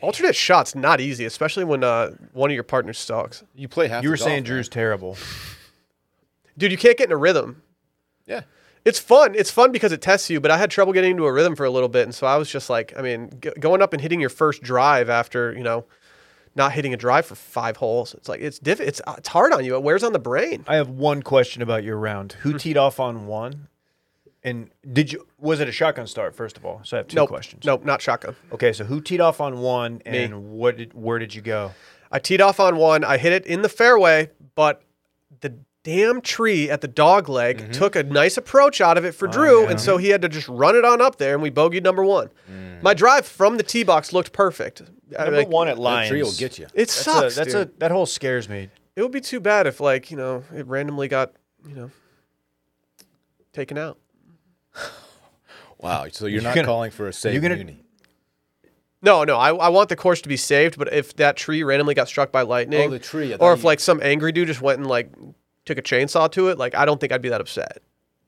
Alternate shots not easy, especially when uh, one of your partners sucks. You play half. You were the golf, saying man. Drew's terrible. Dude, you can't get in a rhythm. Yeah. It's fun. It's fun because it tests you, but I had trouble getting into a rhythm for a little bit, and so I was just like, I mean, g- going up and hitting your first drive after you know, not hitting a drive for five holes. It's like it's diff- it's uh, it's hard on you. It wears on the brain. I have one question about your round. Who teed off on one? And did you? Was it a shotgun start? First of all, so I have two nope. questions. Nope, not shotgun. Okay, so who teed off on one, and what? Did, where did you go? I teed off on one. I hit it in the fairway, but the damn tree at the dog leg Mm-hmm. took a nice approach out of it Oh, for Drew, and so he had to just run it on up there, and we bogeyed number one. My drive from the tee box looked perfect. I, Mm. Number like, one at That Lions. tree will get you. It That's sucks. A, that's dude. a that hole scares me. it would be too bad if like you know it randomly got you know taken out. Wow. So you're You're not gonna- calling for a safe you're gonna- muni. No, no, I, I want the course to be saved, but if that tree randomly got struck by lightning, Oh, the tree. I or thought if you- like some angry dude just went and like took a chainsaw to it, like I don't think I'd be that upset.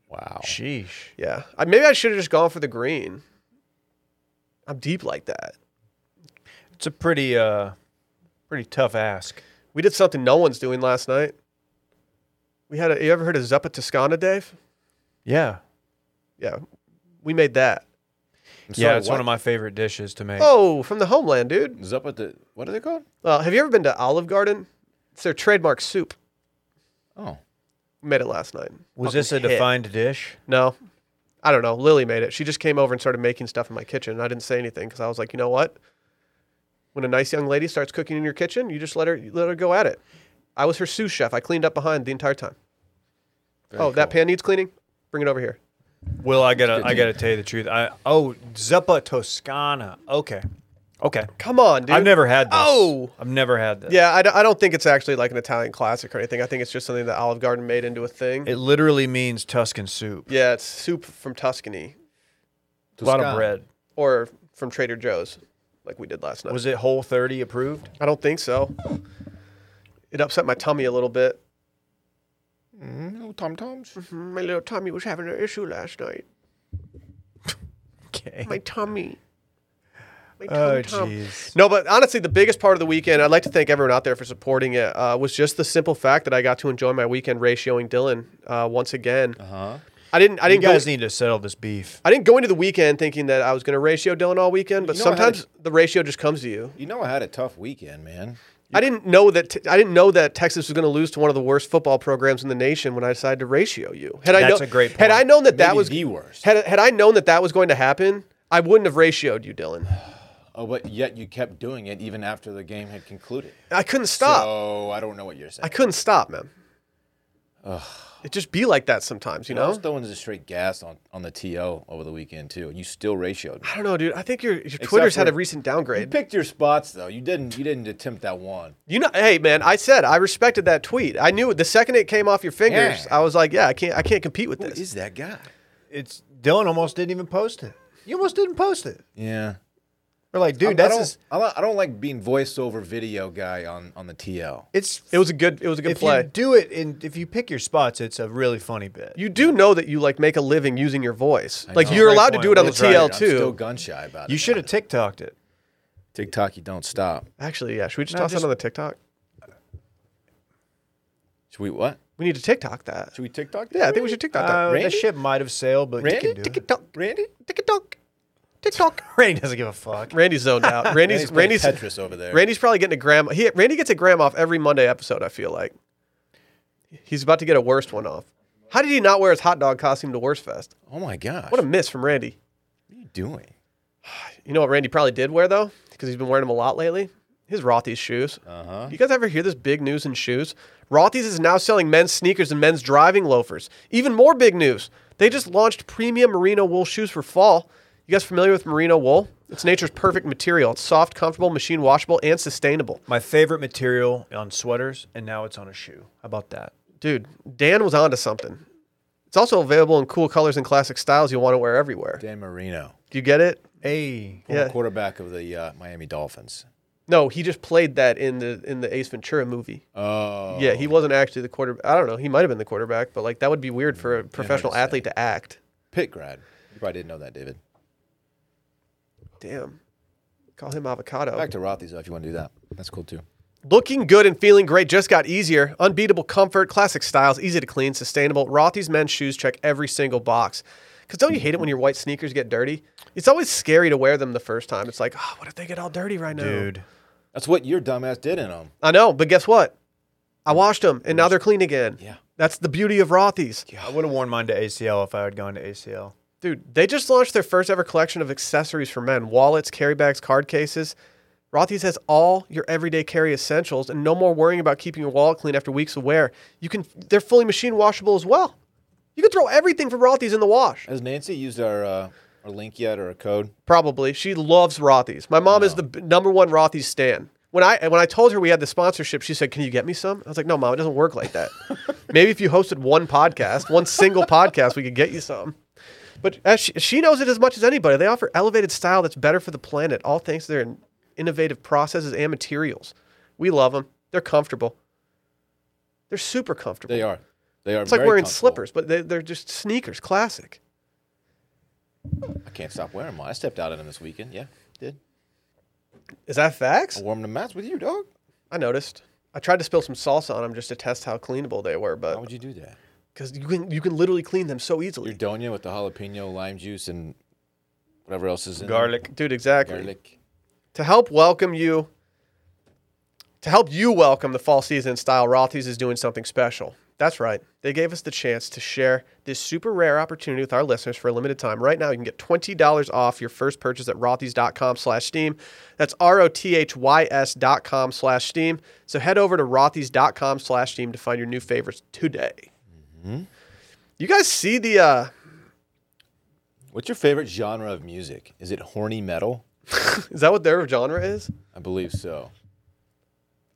wow. Sheesh. Yeah, I, maybe I should have just gone for the green. I'm deep like that. It's a pretty uh pretty tough ask. We did something no one's doing last night. We had a, you ever heard of Zuppa Toscana, Dave? Yeah. Yeah, we made that. I'm yeah, sorry, it's what? one of my favorite dishes to make. Oh, from the homeland, dude. Is up at the what are they called? Uh, have you ever been to Olive Garden? It's their trademark soup. Oh, We made it last night. Was Fucking this a hit. defined dish? No. I don't know. Lily made it. She just came over and started making stuff in my kitchen. And I didn't say anything because I was like, you know what? When a nice young lady starts cooking in your kitchen, you just let her you let her go at it. I was her sous chef. I cleaned up behind the entire time. very oh, that cool. pan needs cleaning. Bring it over here. Well, I gotta good I to- gotta tell you the truth. I oh Zuppa Toscana. Okay. Okay. Come on, dude. I've never had this. Oh! I've never had this. Yeah, I, d- I don't think it's actually like an Italian classic or anything. I think it's just something that Olive Garden made into a thing. It literally means Tuscan soup. yeah, it's soup from Tuscany A lot of Toscana. bread. or from Trader Joe's, like we did last night. Was it Whole 30 approved? I don't think so. It upset my tummy a little bit. Mm, little tom toms. My little tummy was having an issue last night. Okay. My tummy. My Oh tum-tum. jeez. No, but honestly, the biggest part of the weekend, I'd like to thank everyone out there for supporting it, uh, was just the simple fact that I got to enjoy my weekend ratioing Dylan uh, once again. Uh huh. I didn't. I Uh-huh. You didn't. Go, guys need to settle this beef. I didn't go into the weekend thinking that I was going to ratio Dylan all weekend, but You know, I had sometimes the ratio just comes to you. You know, I had a tough weekend, man. I didn't know that. Te- I didn't know that Texas was going to lose to one of the worst football programs in the nation when I decided to ratio you. Had I That's known, a great Had point. I known that that Maybe was the worst. Had had I known that that was going to happen, I wouldn't have ratioed you, Dylan. Oh, but yet you kept doing it even after the game had concluded. I couldn't stop. So I don't know what you're saying. I couldn't stop, man. It just be like that sometimes, you I know. was throwing just straight gas on, on the TO over the weekend too, and you still ratioed. Me. I don't know, dude. I think your your Twitter's had a for- recent You downgrade. picked your spots though. You didn't. You didn't attempt that one. You know, hey man, I said I respected that tweet. I knew the second it came off your fingers, Yeah. I was like, yeah, I can't, I can't compete with Who this. is that guy? It's Dylan almost didn't even post it. You almost didn't post it. Yeah, We're like, dude, I- I that's don't, his- I don't. I don't like being voiceover video guy on on the TL. it's It was a good, it was a good if play. you do it and if you pick your spots, it's a really funny bit. You do know that you like make a living using your voice. like know. you're Great allowed to point. do it on the Will's right. TL I'm too. still gun shy about it. you should have TikToked it. TikTok. You don't stop. Actually, yeah. Should we just No, toss just- that on the TikTok? Should we what? We need to TikTok that. Should we TikTok? Yeah, I think we should TikTok that. Uh, Randy? the ship might have sailed, but Randy? you can do it. TikTok, Randy. TikTok, TikTok. Randy doesn't give a fuck. Randy's zoned out. Randy's Randy's, Randy's playing Tetris over there. Randy's probably getting a gram. He Randy gets a gram off every Monday episode. I feel like he's about to get a worst one off. How did he not wear his hot dog costume to Worst Fest? oh my gosh. What a miss from Randy. what are you doing? You know what Randy probably did wear though, because he's been wearing them a lot lately. His Rothy's shoes. Uh-huh. You guys ever hear this big news in shoes? Rothy's is now selling men's sneakers and men's driving loafers. Even more big news. They just launched premium merino wool shoes for fall. You guys familiar with merino wool? It's nature's perfect material. It's soft, comfortable, machine washable, and sustainable. My favorite material on sweaters, and now it's on a shoe. How about that? Dude, Dan was onto something. It's also available in cool colors and classic styles you'll want to wear everywhere. Dan Marino, Do you get it? Hey, former Yeah. quarterback of the uh, Miami Dolphins. No, he just played that in the in the Ace Ventura movie. Oh. Yeah, he wasn't actually the quarterback. I don't know. He might have been the quarterback, but like that would be weird for a professional say. athlete to act. Pitt grad. You probably didn't know that, David. Damn. Call him avocado. Back to Rothy's though, if you want to do that. That's cool too. Looking good and feeling great just got easier. Unbeatable comfort, classic styles, easy to clean, sustainable. Rothy's men's shoes check every single box. Because don't you hate it when your white sneakers get dirty? It's always scary to wear them the first time. It's like, oh, what if they get all dirty right now? dude. That's what your dumbass did in them. I know, but guess what? I washed them and now they're clean again. Yeah. That's the beauty of Rothy's. I would have worn mine to ACL if I had gone to ACL. Dude, they just launched their first ever collection of accessories for men wallets, carry bags, card cases. Rothy's has all your everyday carry essentials and no more worrying about keeping your wallet clean after weeks of wear. You can they're fully machine washable as well. You can throw everything from Rothy's in the wash. Has Nancy used our uh, our link yet or a code? Probably. She loves Rothy's. My mom is the b- number one Rothy's stan. when I when I told her we had the sponsorship, she said, "Can you get me some?" I was like, "No, mom, it doesn't work like that. Maybe if you hosted one podcast, one single podcast, we could get you some." But as she, she knows it as much as anybody. They offer elevated style that's better for the planet, all thanks to their in- innovative processes and materials. We love them. They're comfortable. They're super comfortable. They are. They are. It's like very wearing comfortable. slippers, but they, they're just sneakers, classic. I can't stop wearing mine. I stepped out in them this weekend. Yeah, did. Is that I facts? warmed the mats with you, dog. I noticed. I tried to spill some salsa on them just to test how cleanable they were, Why but would you do that? because you can you can literally clean them so Your easily, donia with the jalapeno, lime juice, and whatever else is in there. Garlic. dude. Exactly. Garlic. To help welcome you, to help you welcome the fall season in style, Rothy's is doing something special. That's right. They gave us the chance to share this super rare opportunity with our listeners for a limited time. Right now, you can get $20 off your first purchase at rothys.com slash steam. That's R-O-T-H-Y-S dot com slash steam. So head over to rothys.com slash steam to find your new favorites today. You guys see the, uh, What's your favorite genre of music? Is it horny metal? is that what their genre is? I believe so.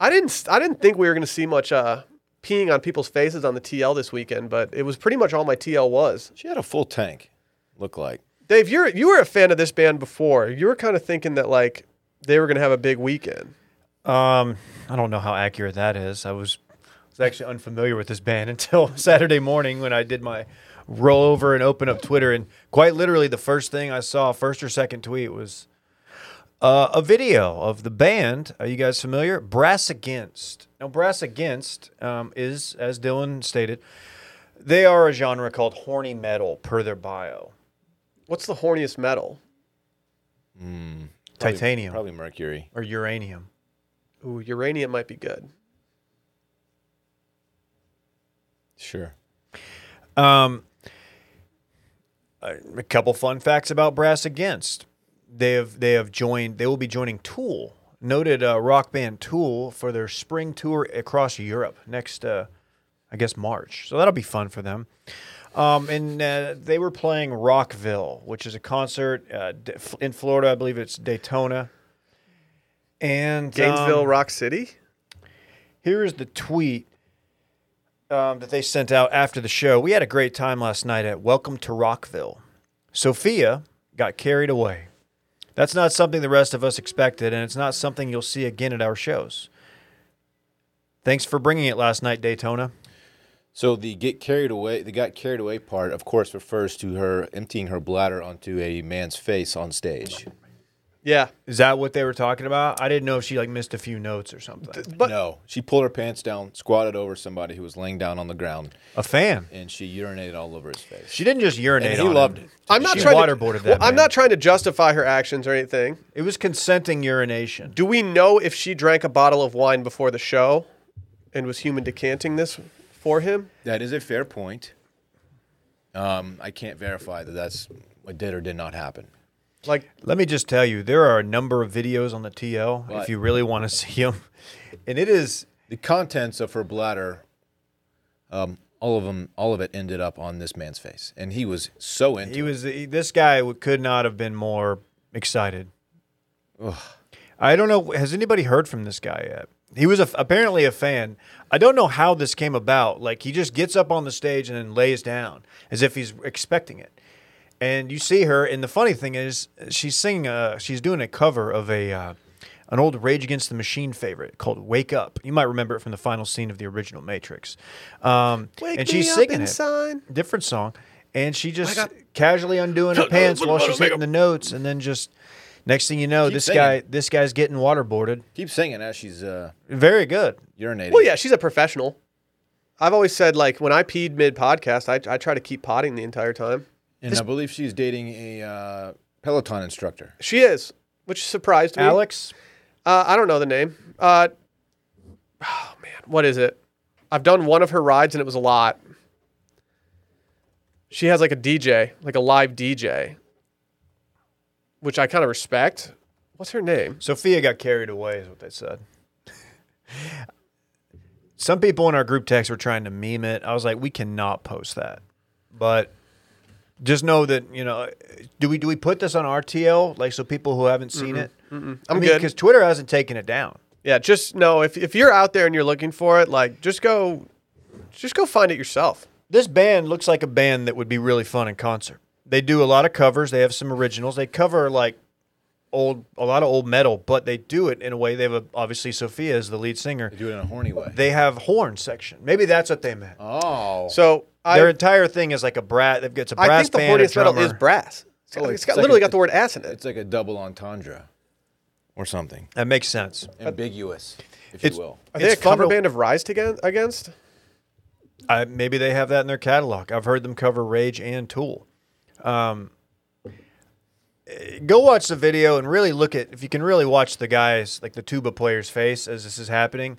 I didn't. I didn't think we were going to see much uh, peeing on people's faces on the TL this weekend, but it was pretty much all my TL was. She had a full tank. Look like Dave, you're you were a fan of this band before. You were kind of thinking that like they were going to have a big weekend. Um, I don't know how accurate that is. I was, was actually unfamiliar with this band until Saturday morning when I did my roll over and open up Twitter, and quite literally the first thing I saw, first or second tweet, was uh, a video of the band. Are you guys familiar? Brass Against. Now, Brass Against um, is, as Dylan stated, they are a genre called horny metal, per their bio. What's the horniest metal? Probably- Titanium probably mercury. or uranium. Ooh, uranium might be good. Sure. Um, a a couple fun facts about Brass Against. They have they have joined. They will be joining Tool, noted uh, rock band Tool, for their spring tour across Europe next, uh, I guess March. So that'll be fun for them. Um, and uh, they were playing Rockville, which is a concert uh, d- f- in Florida. I believe it's Daytona. And Gainesville, um, Rock City. here is the tweet um, that they sent out after the show. We had a great time last night at Welcome to Rockville. Sophia got carried away. That's not something the rest of us expected, and it's not something you'll see again at our shows. Thanks for bringing it last night, Daytona. So the get carried away, the got carried away part, of course, refers to her emptying her bladder onto a man's face on stage. Yeah, Is that what they were talking about? I didn't know if she like missed a few notes or something. but no, she pulled her pants down, squatted over somebody who was laying down on the ground, A fan. and she urinated all over his face. She didn't just urinate. and he on loved him. it. I'm not She trying waterboarded to. that I'm man. not trying to justify her actions or anything. It was consenting urination. Do we know if she drank a bottle of wine before the show, and was human decanting this for him? That is a fair point. Um, I can't verify that that's what did or did not happen. Like Let me just tell you, there are a number of videos on the TL if Right. you really want to see them. And it is The contents of her bladder, um, all of them, all of it ended up on this man's face, and he was so into. he it. was he- this guy w- could not have been more excited. I don't know. Has anybody heard from this guy yet? He was a f apparently a fan. I don't know how this came about. Like he just gets up on the stage and then lays down as if he's expecting it. And you see her, and the funny thing is, she's singing. A, she's doing a cover of a uh, an old Rage Against the Machine favorite called "Wake Up." You might remember it from the final scene of the original Matrix. Um, Wake and she's me up singing it inside. different song, and she just casually undoing her pants while she's hitting the notes, and then just next thing you know, this singing. guy this guy's getting waterboarded. Keep singing as she's uh, Very good. urinating. Well, yeah, she's a professional. I've always said, like, when I peed mid podcast, I, I try to keep potting the entire time. and I believe she's dating a uh, Peloton instructor. She is, which surprised me. Alex, Uh, I don't know the name. Uh, oh, man. What is it? I've done one of her rides and it was a lot. She has like a DJ, like a live DJ, which I kind of respect. What's her name? Sophia got carried away, is what they said. Some people in our group text were trying to meme it. I was like, we cannot post that, but. Just know that you know. Do we do we put this on RTL like so people who haven't seen it? I'm I mean, good. because Twitter hasn't taken it down. Yeah, just no. If if you're out there and you're looking for it, like just go, just go find it yourself. This band looks like a band that would be really fun in concert. They do a lot of covers. They have some originals. They cover like old, a lot of old metal, but they do it in a way. They have a, obviously Sophia is the lead singer. They do it in a horny way. They have horn section. Maybe that's what they meant. oh, So I, Their entire thing is like a brat. They've got it's a brass I think the band, a horniest metal drummer. is brass. It's got, Oh, it's it's got like literally a- got the word ass in it. it's like a double entendre, or something that makes sense. ambiguous, if It's- you will. Are they a it's fun cover to- band of Rise to Gan- against? I, maybe they have that in their catalog. I've heard them cover Rage and Tool. Um, eh, go watch the video and really look at if you can really watch the guys like the tuba player's face as this is happening.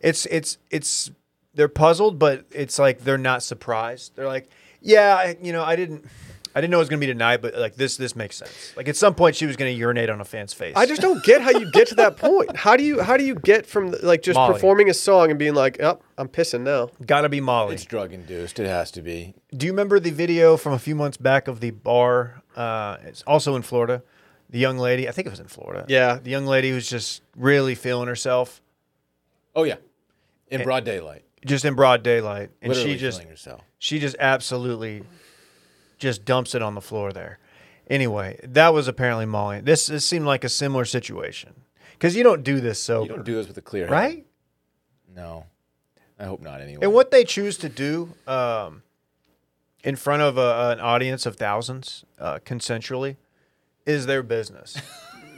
It's it's it's they're puzzled, but it's like they're not surprised. They're like, yeah, I, you know, I didn't. I didn't know it was gonna be tonight, but like this, this makes sense. Like at some point, she was gonna urinate on a fan's face. I just don't get how you get to that point. How do you how do you get from like just Molly. performing a song and being like, "Up, I'm pissing now." gotta be Molly. It's drug induced. It has to be. Do you remember the video from a few months back of the bar? Uh, it's also in Florida. The young lady, I think it was in Florida. Yeah. The young lady was just really feeling herself, Oh yeah, in broad daylight. just in broad daylight, and Literally she just feeling herself. she just absolutely just dumps it on the floor there. Anyway, that was apparently Molly. This this seemed like a similar situation because you don't do this You sober, don't do this with a clear head. right? No, I hope not. Anyway, And what they choose to do um, in front of a, an audience of thousands, uh, consensually, is their business.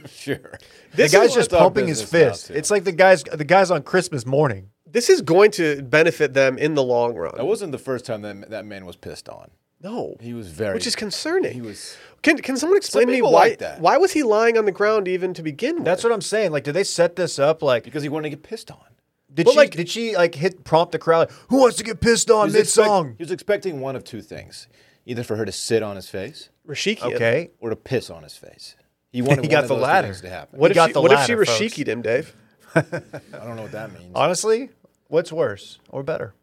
sure. This the guy's is just That's our pumping his business now, fist. too. It's like the guys the guys on Christmas morning. this is going to benefit them in the long run. That wasn't the first time that that man was pissed on. no. He was very. Which is concerning. He was. Can can someone explain to me people why like that. why was he lying on the ground even to begin with? That's what I'm saying. Like, did they set this up? Like, because he wanted to get pissed on. did But, she like- did she like hit prompt the crowd? Like, Who wants to get pissed on He mid was expect- song? he was expecting one of two things: either for her to sit on his face Rashiki. Okay, or to piss on his face. He wanted He got one of the those two latter. things to happen. What He if got she, the what ladder, if folks. she Rashiki'd him, Dave? I don't know what that Oh. means. honestly, what's worse or better?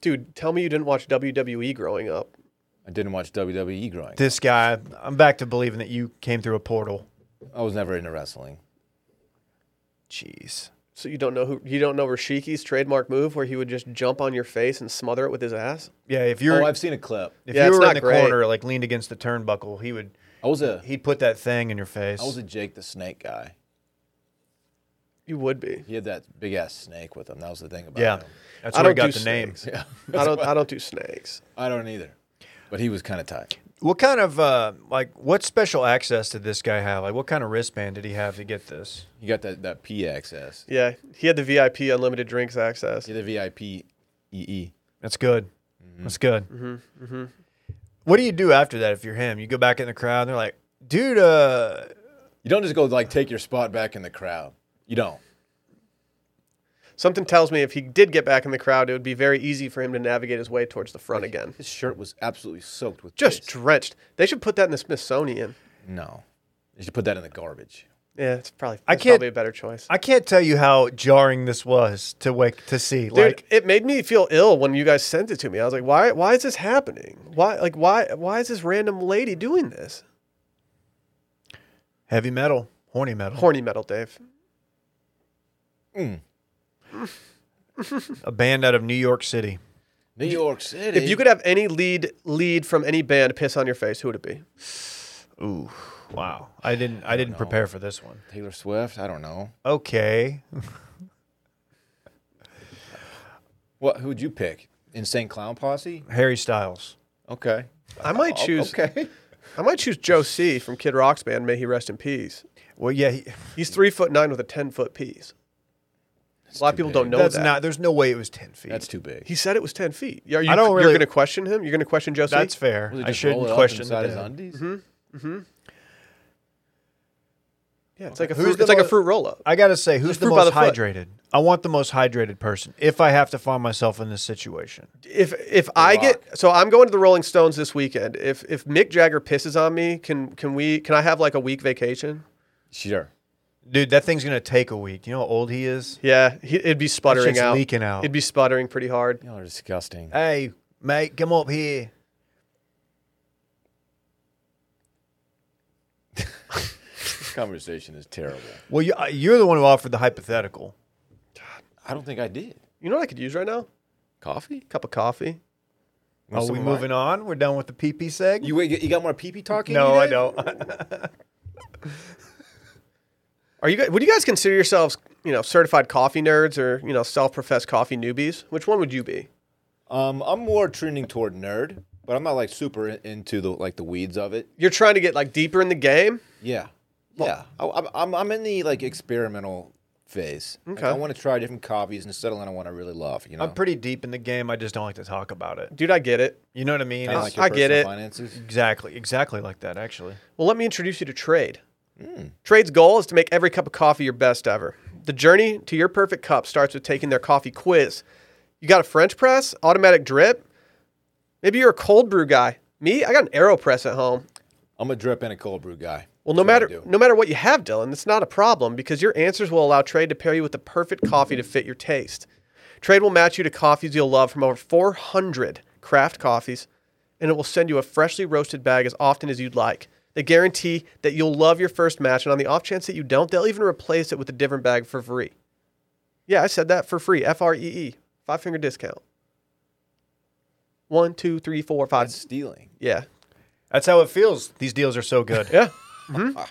Dude, tell me you didn't watch WWE growing up. I didn't watch WWE growing. up. This guy, I'm back to believing that you came through a portal. I was never into wrestling. Jeez, So you don't know who you don't know Rashiki's trademark move where he would just jump on your face and smother it with his ass? yeah. If you're oh, I've seen a clip. if Yeah, you it's were in not the great. corner, like leaned against the turnbuckle, he would I was a he'd put that thing in your face. I was a Jake the Snake guy. You would be. He had that big ass snake with him. That was the thing about yeah, him. that's I where he don't got do the name. snakes. I don't I don't do snakes. I don't either. But he was kind of tight. What kind of uh, like what special access did this guy have? Like what kind of wristband did he have to get this? He got that that P access. Yeah. He had the VIP unlimited drinks access. He had a VIP EE. That's good. That's good. Mm-hmm. Mm-hmm. What do you do after that if you're him? You go back in the crowd and they're like, dude, uh, You don't just go like take your spot back in the crowd. You don't. Something tells me if he did get back in the crowd, it would be very easy for him to navigate his way towards the front again. His shirt was absolutely soaked with Just piss. drenched. They should put that in the Smithsonian. no. You should put that in the garbage. Yeah, it's probably I that's can't- probably a better choice. I can't tell you how jarring this was to wake to see. Dude, like it made me feel ill when you guys sent it to me. I was like, why? Why is this happening? Why? Like, why? Why is this random lady doing this? heavy metal, horny metal, Horny metal, Dave. a band out of New York City. New York City. If you could have any lead lead from any band piss on your face, who would it be? Ooh, wow. I didn't I didn't prepare for this one. Taylor Swift, I don't know. Okay. What who would you pick? Insane Clown Posse? Harry Styles. Okay. I might Oh, O- choose. Okay. I might choose Joe C from Kid Rock's band. May he rest in peace. Well, yeah, he, He's three foot nine with a ten foot piece. A lot of people don't know that's that. not there's no way it was ten feet. That's too big. he said it was ten feet. Are you, I don't really- You're going to question him. You're going to question Joe C. That's fair. Was it I just roll shouldn't it up question inside the Mm-hmm. his dad. undies? yeah, it's like a Who's fruit, the it's like a mo- fruit roll up. I gotta say, who's the fruit by most the foot. hydrated? I want the most hydrated person if I have to find myself in this situation. if if I get so I'm going to the Rolling Stones this weekend. If if Mick Jagger pisses on me, can can we can I have like a week vacation? Sure. Dude, that thing's gonna take a week. You know how old he is? Yeah, he, it'd be sputtering shit's out, leaking out. It'd be sputtering pretty hard. Y'all are disgusting. Hey, mate, come up here. conversation is terrible. Well, you, uh, you're the one who offered the hypothetical. I don't think I did. You know what I could use right now? Coffee? Cup of coffee. Want Are some Oh, we of mine? moving on? We're done with the PP seg. You wait, you got more pee pee talking? no, you I did? don't. Are you? guys? Would you guys consider yourselves, you know, certified coffee nerds or you know, self-professed coffee newbies? Which one would you be? Um, I'm more trending toward nerd, but I'm not like super in- into the like the weeds of it. You're trying to get like deeper in the game. Yeah, yeah. I, I'm- I'm I'm in the like experimental phase. Like, Okay. I want to try different coffees and settle on one I really love. You know, I'm pretty deep in the game. I just don't like to talk about it. Dude, I get it. You know what I mean? Kinda It's your I get personal it. Finances. exactly, exactly like that. Actually, Well, let me introduce you to Trade. Trade's goal is to make every cup of coffee your best ever. The journey to your perfect cup starts with taking their coffee quiz. You got a French press, automatic drip? Maybe you're a cold brew guy. Me, I got an AeroPress at home. I'm a drip and a cold brew guy. Well, no That's matter what I do. no matter what you have, Dylan, it's not a problem because your answers will allow Trade to pair you with the perfect coffee to fit your taste. Trade will match you to coffees you'll love from over 400 craft coffees, and it will send you a freshly roasted bag as often as you'd like. They guarantee that you'll love your first match, and on the off chance that you don't, they'll even replace it with a different bag for free. Yeah, I said that for free. F R E E. Five finger discount. One, two, three, four, five. That's stealing. yeah. that's how it feels. These deals are so good. Yeah. Ah.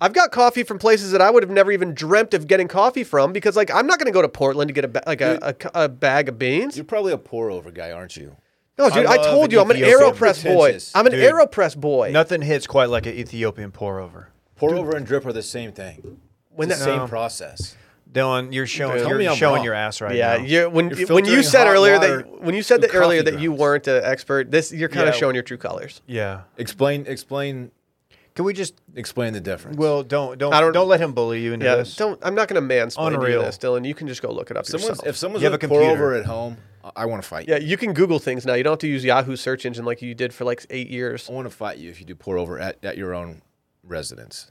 I've got coffee from places that I would have never even dreamt of getting coffee from because, like, I'm not going to go to Portland to get a ba- like a, a, cu- a bag of beans. You're probably a pour over guy, aren't you? No, dude, I, love told you I'm an Ethiopian. Aeropress boy. Pretentious. I'm an Dude. Aeropress boy. Nothing hits quite like an Ethiopian pour over. Pour over and drip are the same thing. When It's that- the same process. Dylan, you're showing Tell me you're I'm showing wrong. your ass right yeah, now. you when You're you- when you filtering said hot earlier water that when you said that through earlier coffee that you grounds. weren't an expert, this you're kind Yeah. of showing your true colors. yeah. Explain, explain, Can we just explain the difference. well don't don't I don't, don't- let him bully you into Yeah, this. don't. I'm not going to mansplain to you Unreal. this, Dylan. You can just go look it up someone's, yourself. if someone's You have with a pour computer. over at home, I- I want to fight. you. yeah, you can Google things now. You don't have to use Yahoo search engine like you did for like eight years. I want to fight you if you do pour over at, at your own residence.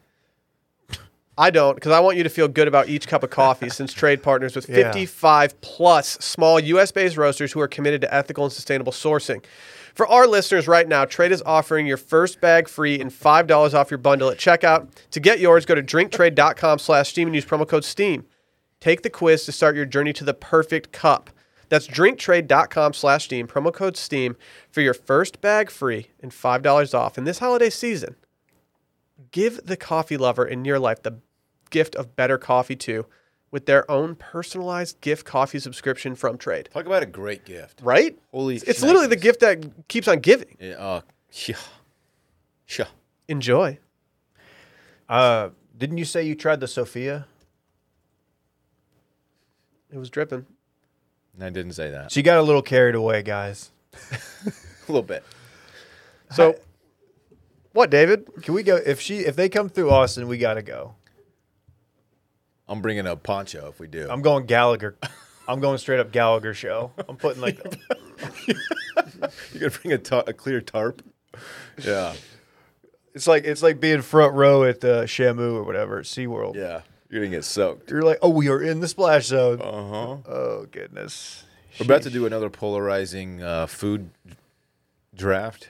I don't, because I want you to feel good about each cup of coffee since Trade partners with Yeah. 55 plus small US based roasters who are committed to ethical and sustainable sourcing. For our listeners right now, Trade is offering your first bag free and $5 off your bundle at checkout. To get yours, go to drinktrade.com slash steam and use promo code STEAM. Take the quiz to start your journey to the perfect cup. That's drinktrade.com slash steam, promo code STEAM for your first bag free and $5 off in this holiday season. Give the coffee lover in your life the gift of better coffee too with their own personalized gift coffee subscription from Trade. Talk about a great gift. Right? Holy It's literally the shnikes. gift that keeps on giving. Yeah, uh, yeah. Yeah. Enjoy. Uh didn't you say you tried the Sophia? It was dripping. No, I didn't say that. So you got a little carried away, guys. A little bit. So what, David? Can we go if she if they come through Austin, we gotta go. I'm bringing a poncho if we do. I'm going Gallagher. I'm going straight up Gallagher show. I'm putting like You're gonna bring a, ta- a clear tarp. Yeah, it's like it's like being front row at uh, Shamu or whatever at SeaWorld. yeah. You're gonna get soaked. You're like, oh, we are in the splash zone. Uh huh. Oh goodness. We're about to do another polarizing uh, food draft.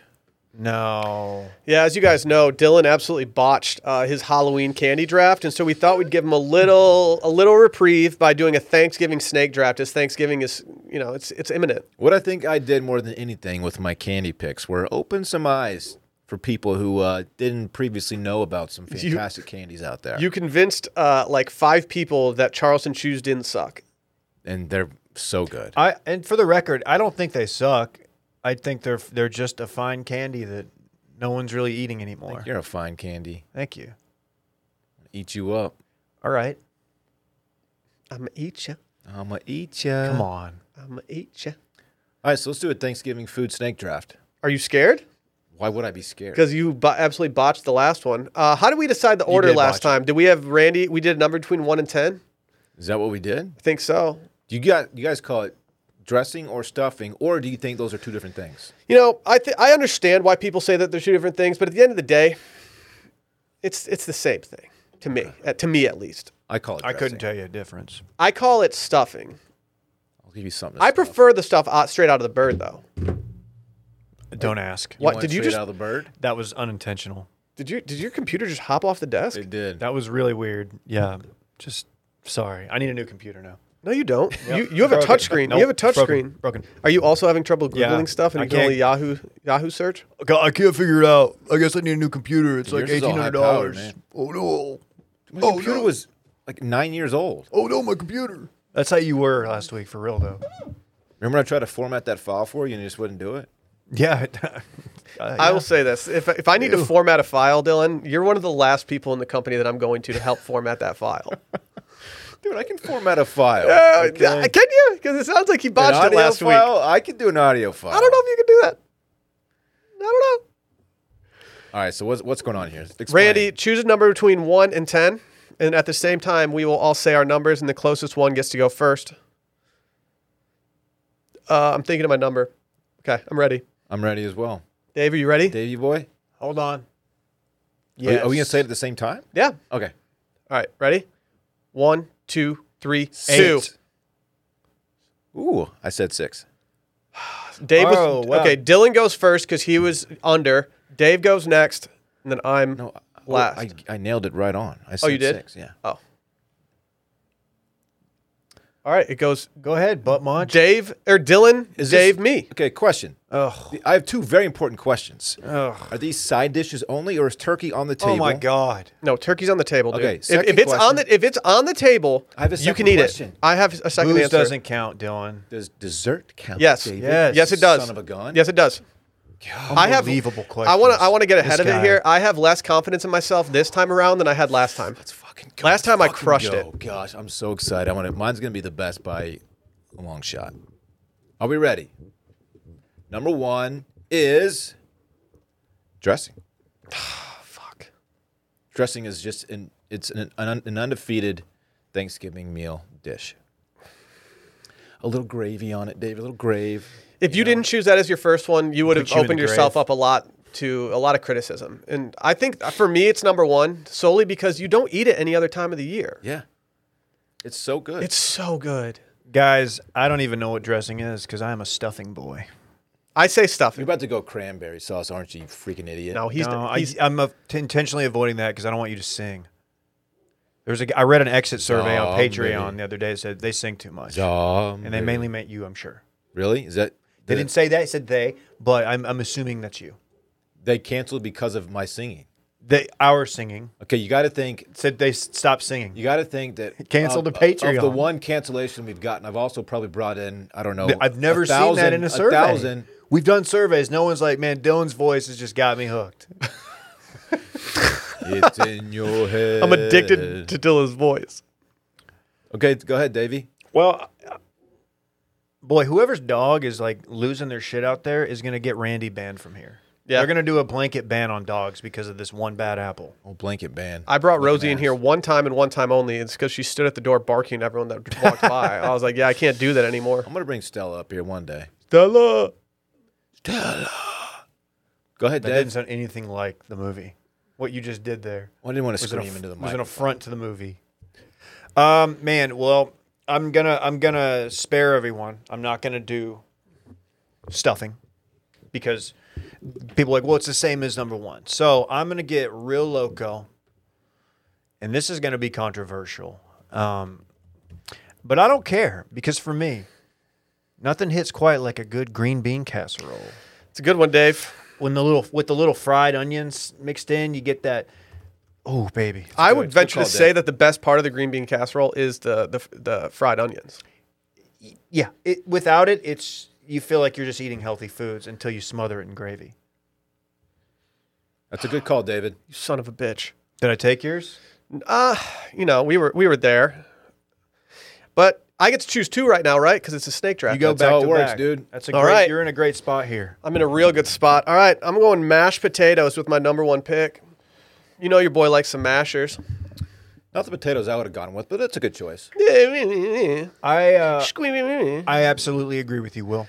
No. Yeah, as you guys know, Dylan absolutely botched uh, his Halloween candy draft, and so we thought we'd give him a little a little reprieve by doing a Thanksgiving snake draft. As Thanksgiving is, you know, it's it's imminent. What I think I did more than anything with my candy picks were open some eyes for people who uh, didn't previously know about some fantastic candies out there. You convinced uh, like five people that Charleston shoes didn't suck. and they're so good. I and for the record, I don't think they suck. I think they're they're just a fine candy that no one's really eating anymore. You're a fine candy. Thank you. Eat you up. All right. I'm gonna eat ya. I'm gonna eat ya. Come on. I'm gonna eat ya. All right, so let's do a Thanksgiving food snake draft. Are you scared? Why would I be scared? Because you bo- absolutely botched the last one. Uh, how did we decide the order did last botch it. time? Did we have Randy? We did a number between one and ten. Is that what we did? I think so. You got you guys call it dressing or stuffing, or do you think those are two different things? You know, I th- I understand why people say that they're two different things, but at the end of the day, it's it's the same thing to me. uh, to me, at least, I call it. I couldn't dressing. tell you a difference. I call it stuffing. I'll give you something. to I stuff. prefer the stuff out, straight out of the bird, though. Don't ask. What want did you straight just? out of the bird? That was unintentional. Did you did your computer just hop off the desk? It did. That was really weird. Yeah. Just sorry. I need a new computer now. no, you don't. Yep. You you have a Broken. touchscreen. Nope. You have a touchscreen. Broken. Broken. Are you also having trouble googling Yeah. stuff and I you can only can't- Yahoo Yahoo search? Okay, I can't figure it out. I guess I need a new computer. It's Yours is all high-powered, man. Oh no. My Oh, computer no. was like nine years old. Oh no, my computer. That's how you were last week, for real though. Remember, I tried to format that file for you, and you just wouldn't do it. Yeah. I will say this: if if I need to format a file, Dylan, you're one of the last people in the company that I'm going to to help format that file. Dude, I can format a file. Uh, Can you? Because it sounds like you An botched it audio last week. file? I can do an audio file. I don't know if you can do that. I don't know. All right, so what's what's going on here? Explain. Randy, choose a number between one and ten, and at the same time, we will all say our numbers, and the closest one gets to go first. Uh, I'm thinking of my number. Okay, I'm ready. I'm ready as well. Dave, are you ready? Davey boy, Hold on. Are- are, we gonna say it at the same time? Yeah. All Okay. right, ready? One, two, three, two. Eight. Ooh, I said six. Dave was Oh, wow. okay. Dylan goes first because he was under. Dave goes next, and then I'm No, Oh, I- last. Oh, I, I nailed it right on. I said you did? six. Yeah. oh, all right. It goes Go ahead, butt munch. Dave or Dylan, Is this- Dave, me. Okay. Question. Ugh. I have two very important questions. Ugh. Are these side dishes only, or is turkey on the table? Oh my god. No, turkey's on the table. Dude. Okay, If, second if it's on question. the if it's on the table, I have a you second can eat question. it. I have a second Booze answer. doesn't count, Dylan. Does dessert count? Yes. David? Yes. Yes, it does. Son of a gun. Yes, it does. I have Unbelievable I want to. questions. I want to get ahead This of guy. it here. I have less confidence in myself this time around than I had last time. Let's fucking go. Last time I Fucking crushed go. it. Gosh, I'm so excited. I want to, mine's gonna be the best by a long shot. Are we ready? Number one is dressing. Fuck. Dressing is just an it's an, an, an undefeated Thanksgiving meal dish. A little gravy on it, Dave. A little grave. If you, didn't choose that as your first one, you would have you in opened the yourself grave. up a lot to a lot of criticism. And I think uh, for me, it's number one solely because you don't eat it any other time of the year. Yeah, it's so good. It's so good. Guys, I don't even know what dressing is because I am a stuffing boy. I say stuff. You're about to go cranberry sauce, aren't you? You freaking idiot. No, he's, no, he's I, I'm uh, t- intentionally avoiding that because I don't want you to sing. There's a, g- I read an exit survey Oh, on man. Patreon the other day that said they sing too much, Um, and they mainly meant you, I'm sure. really is that They didn't say that; it said they, but I'm, I'm assuming that's you. they canceled because of my singing. They our singing Okay, you got to think. said they s- stopped singing. You got to think that Canceled of- the Patreon. Of the one cancellation we've gotten, I've also probably brought in. I don't know. I've never a seen that thousand- in a survey. thousand. We've done surveys. No one's like, man, Dylan's voice has just got me hooked. it's in your head. I'm addicted to Dilla's voice. Okay, go ahead, Davey. Well, uh, boy, whoever's dog is like losing their shit out there is gonna get Randy banned from here. Yeah. they're gonna do a blanket ban on dogs because of this one bad apple. Oh, blanket ban. I brought Rosie in here one time and one time only. It's because she stood at the door barking at everyone that walked by. I was like, yeah, I can't do that anymore. I'm gonna bring Stella up here one day. Della. Go ahead, That Dave. didn't sound anything like the movie. What you just did there Well, I didn't want to was, an, scream aff- into the was mic. an affront to the movie. Um, man, well, I'm gonna I'm gonna spare everyone. I'm not gonna do stuffing because people are like, well, it's the same as number one. So I'm gonna get real loco, and this is gonna be controversial, um, but I don't care because for me, nothing hits quite like a good green bean casserole It's a good one, Dave. when the little with the little fried onions mixed in, you get that. Oh, baby! I would venture to call, Dave. say that the best part of the green bean casserole is the the, the fried onions. Yeah, it, without it, it's you feel like you're just eating healthy foods until you smother it in gravy. That's a good call, David. You son of a bitch. Did I take yours? Uh, you know, we were we were there. But I get to choose two right now, right? Because it's a snake draft. You go That's back how it to works, back. dude. That's a All great, right. You're in a great spot here. I'm in a real good spot. All right, I'm going mashed potatoes with my number one pick. You know your boy likes some mashers. Not the potatoes I would have gone with, but that's a good choice. I'm I uh, I absolutely agree with you, Will.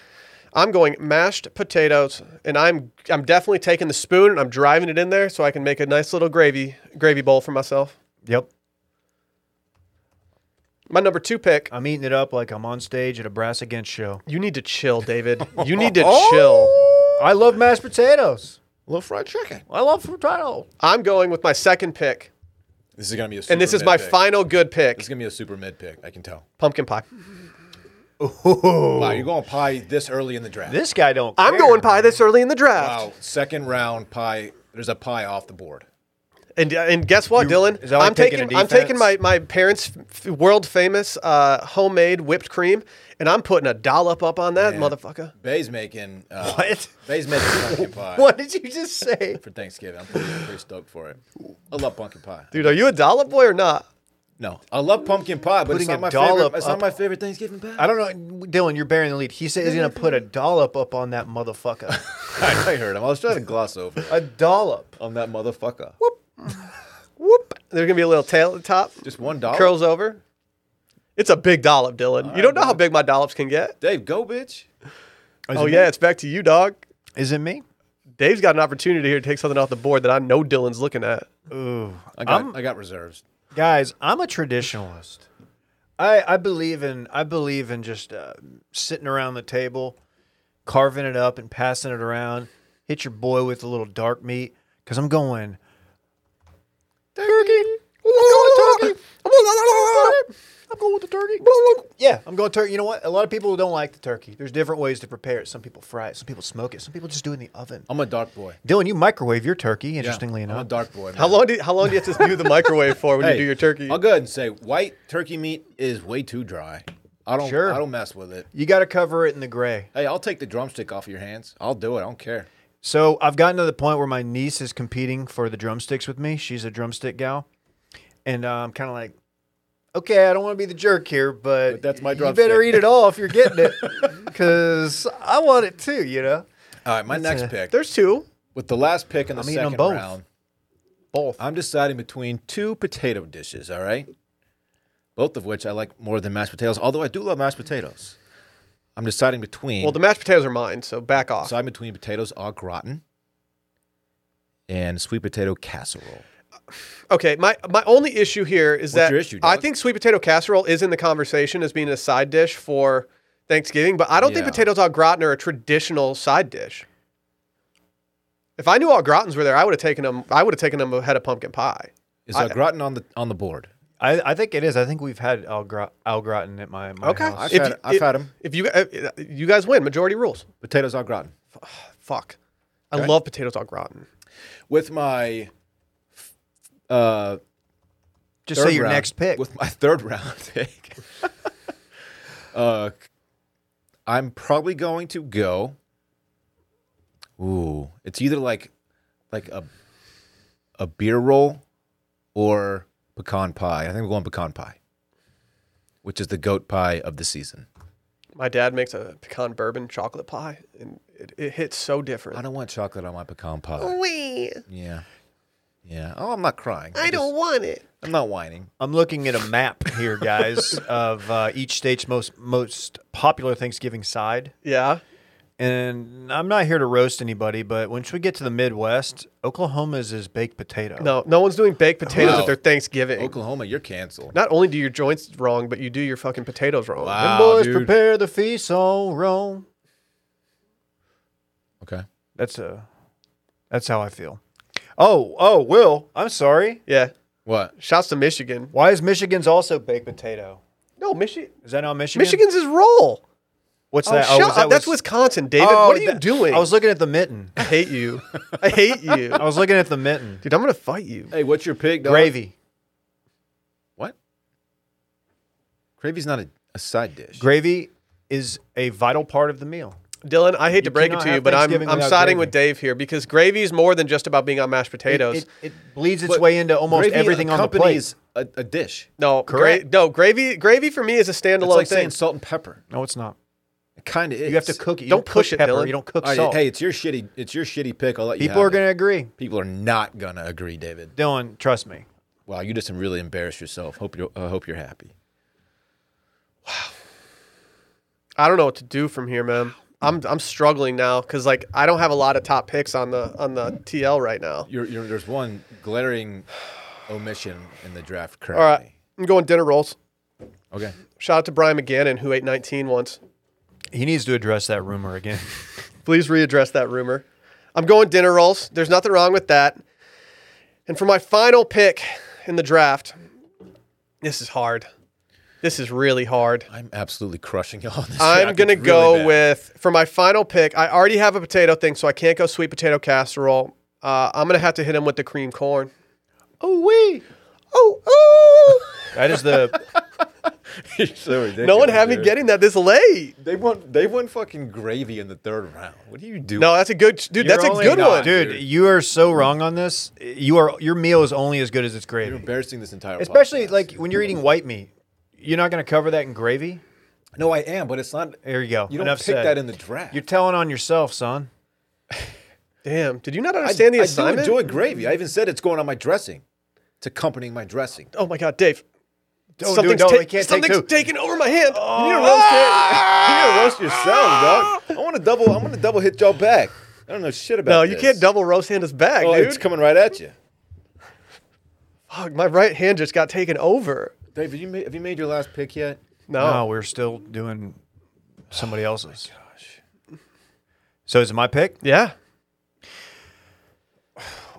going mashed potatoes, and I'm I'm definitely taking the spoon and I'm driving it in there so I can make a nice little gravy gravy bowl for myself. Yep, My number two pick. I'm eating it up like I'm on stage at a brass against show. Oh! You need to chill, David. You need to chill. I love mashed potatoes. A little fried chicken. I love Frittato. I'm going with my second pick, This is gonna be a. Super and this is mid my pick. final good This pick: is gonna be a super mid pick. I can tell. pumpkin pie. Oh. Wow, you're going pie this early in the draft. This guy don't. I'm care. going pie this early in the draft. wow, Oh, second round pie. There's a pie off the board. And uh, and guess what, You- Dylan? is that why I'm you're taking taking a I'm taking my defense? my parents' f- world famous uh, homemade whipped cream, and I'm putting a dollop up on that motherfucker. Bay's making uh, What? Bay's making pumpkin pie What did you just say? for Thanksgiving. I'm pretty, pretty stoked for it. I love pumpkin pie. Dude, are you a dollop boy or not? No, I love pumpkin pie, but it's Putting not a my dollop favorite. It's up- not my favorite Thanksgiving pie. I don't know, Dylan. You're bearing the lead. He said he's gonna put a dollop up on that motherfucker. I, I heard him. I was trying to gloss over it. a dollop. on that motherfucker. Whoop! There's gonna be a little tail at the top, Just one dollar. curls over. It's a big dollop, Dylan. You don't know how big my dollops can get. Dave, go, bitch. Is Oh it yeah, me? it's back to you, dog. Is it me? Dave's got an opportunity here to take something off the board that I know Dylan's looking at. I got, I got reserves. guys i'm a traditionalist i i believe in i believe in just uh, sitting around the table carving it up and passing it around hit your boy with a little dark meat because i'm going turkey i'm going turkey i'm going with the turkey yeah i'm going turkey you know what a lot of people don't like the turkey there's different ways to prepare it some people fry it some people smoke it some people just do it in the oven I'm a dark boy. dylan you microwave your turkey Yeah, interestingly I'm a enough dark boy. Man. How long do you, how long do you have to do the microwave for when you do your turkey? I'll go ahead and say white turkey meat is way too dry. I don't. Sure. I don't mess with it. you got to cover it in the gray Hey, I'll take the drumstick off your hands. I'll do it. I don't care. So I've gotten to the point where my niece is competing for the drumsticks with me. She's a drumstick gal, and uh, I'm kind of like, okay, I don't want to be the jerk here, but, But that's my You better drumstick." eat it all if you're getting it, because I want it too. You know, All right, my next pick. There's two. With the last pick in the I'm eating 'em second both. round, both. I'm deciding between two potato dishes. All right, both of which I like more than mashed potatoes. Although I do love mashed potatoes. I'm deciding between. Well, the mashed potatoes are mine, so back off. So I'm between potatoes au gratin and sweet potato casserole. Okay, my my only issue here is that your issue, I dog? think sweet potato casserole is in the conversation as being a side dish for Thanksgiving, but I don't think Yeah. potatoes au gratin are a traditional side dish. If I knew all gratins were there, I would have taken them. I would have taken them ahead of pumpkin pie. Is au gratin on the on the board? I, I think it is. I think we've had al, gra- al gratin at my, my Okay, house. I've had- I've had 'em. If you uh, you guys win, majority rules. Potatoes au gratin. Fuck, I love potatoes au gratin. With my uh, Just third say your round- next pick. With my third round pick, uh, I'm probably going to go. Ooh, it's either like like a a beer roll or pecan pie. I think we're going pecan pie, which is the goat pie of the season. My dad makes a pecan bourbon chocolate pie, and it, it hits so different. I don't want chocolate on my pecan pie. Wait, Yeah, yeah. Oh, I'm not crying. I I'm just- don't want it. I'm not whining. I'm looking at a map here, guys, of uh, each state's most most popular Thanksgiving side. Yeah. And I'm not here to roast anybody, but once we get to the Midwest, Oklahoma's is baked potato. No, no one's doing baked potatoes Wow. at their Thanksgiving. Oklahoma, you're canceled. Not only do your joints wrong, but you do your fucking potatoes wrong. Them Wow. boys dude. prepare the feast so wrong. Okay. That's a, that's how I feel. Oh, oh, Will, I'm sorry. Yeah. What? Shouts to Michigan. Why is Michigan's also baked potato? No, Michigan. Is that not Michigan? Michigan's is roll. What's Oh, that? shut was up. that That's Wis- Wisconsin, David. Oh, what are you that- doing? I was looking at the mitten. I hate you. I hate you. I was looking at the mitten. Dude, I'm going to fight you. Hey, what's your pig? dog? Gravy. What? Gravy's not a, a side dish. Gravy is a vital part of the meal. Dylan, I hate to break it cannot to you, have but I'm, Thanksgiving I'm without siding gravy. with Dave here because gravy's more than just about being on mashed It, potatoes. it, it bleeds its But way into almost Gravy everything on the plate. accompanies A, a dish. no, gra- Correct. no, gravy gravy for me is a It's standalone like thing. saying salt and pepper. No, it's not. It kind of is. You have to cook it. You Don't cook push it, pepper. Dylan. You don't cook All right, salt. hey, it's your shitty. It's your shitty pick. I'll let you. People are have it. going to agree. People are not gonna agree, David. Dylan, trust me. Wow, you just really embarrassed yourself. Hope you. Uh, hope you're happy. I don't know what to do from here, man. I'm I'm struggling now because like I don't have a lot of top picks on the on the TL right now. You're, you're, there's one glaring omission in the draft All currently. right, I'm going dinner rolls. Okay. Shout out to Brian McGannon who ate 19 once. He needs to address that rumor again. Please readdress that rumor. I'm going dinner rolls. There's nothing wrong with that. And for my final pick in the draft, this is hard. This is really hard. I'm absolutely crushing y'all. This I'm going to go with, for my final pick, I already have a potato thing, so I can't go sweet potato casserole. Uh, I'm going to have to hit him with the cream corn. Oh wait. Oh, oh. That is the no one had me getting that this late. They want they want fucking gravy in the third round. What do you do? No, that's a good, dude, that's a only good not- one. Dude. dude. You are so wrong on this. You are your meal is only as good as its You're gravy. embarrassing this entire. Especially podcast. like when you're eating white meat. You're not going to cover that in gravy. No, I am, but it's not. There you go. You don't Enough pick said. that in the draft. You're telling on yourself, son. Damn, did you not understand the I assignment? do enjoy gravy. I even said it's going on my dressing. It's accompanying my dressing. Oh my God, Dave. Don't do it. something's Don't. ta- I can't take Oh, ah! something's two. taken over my hand. You need to roast it. You need to roast yourself, dog. I want to double. I want to double hit y'all back. I don't know shit about. No, you this. can't double roast hand his back, Oh, dude. it's coming right at you, Fuck, my right hand just got taken over. Dave. Have you made, have you made your last pick yet? No. No, we're still doing somebody else's. gosh. So is it my pick? Yeah.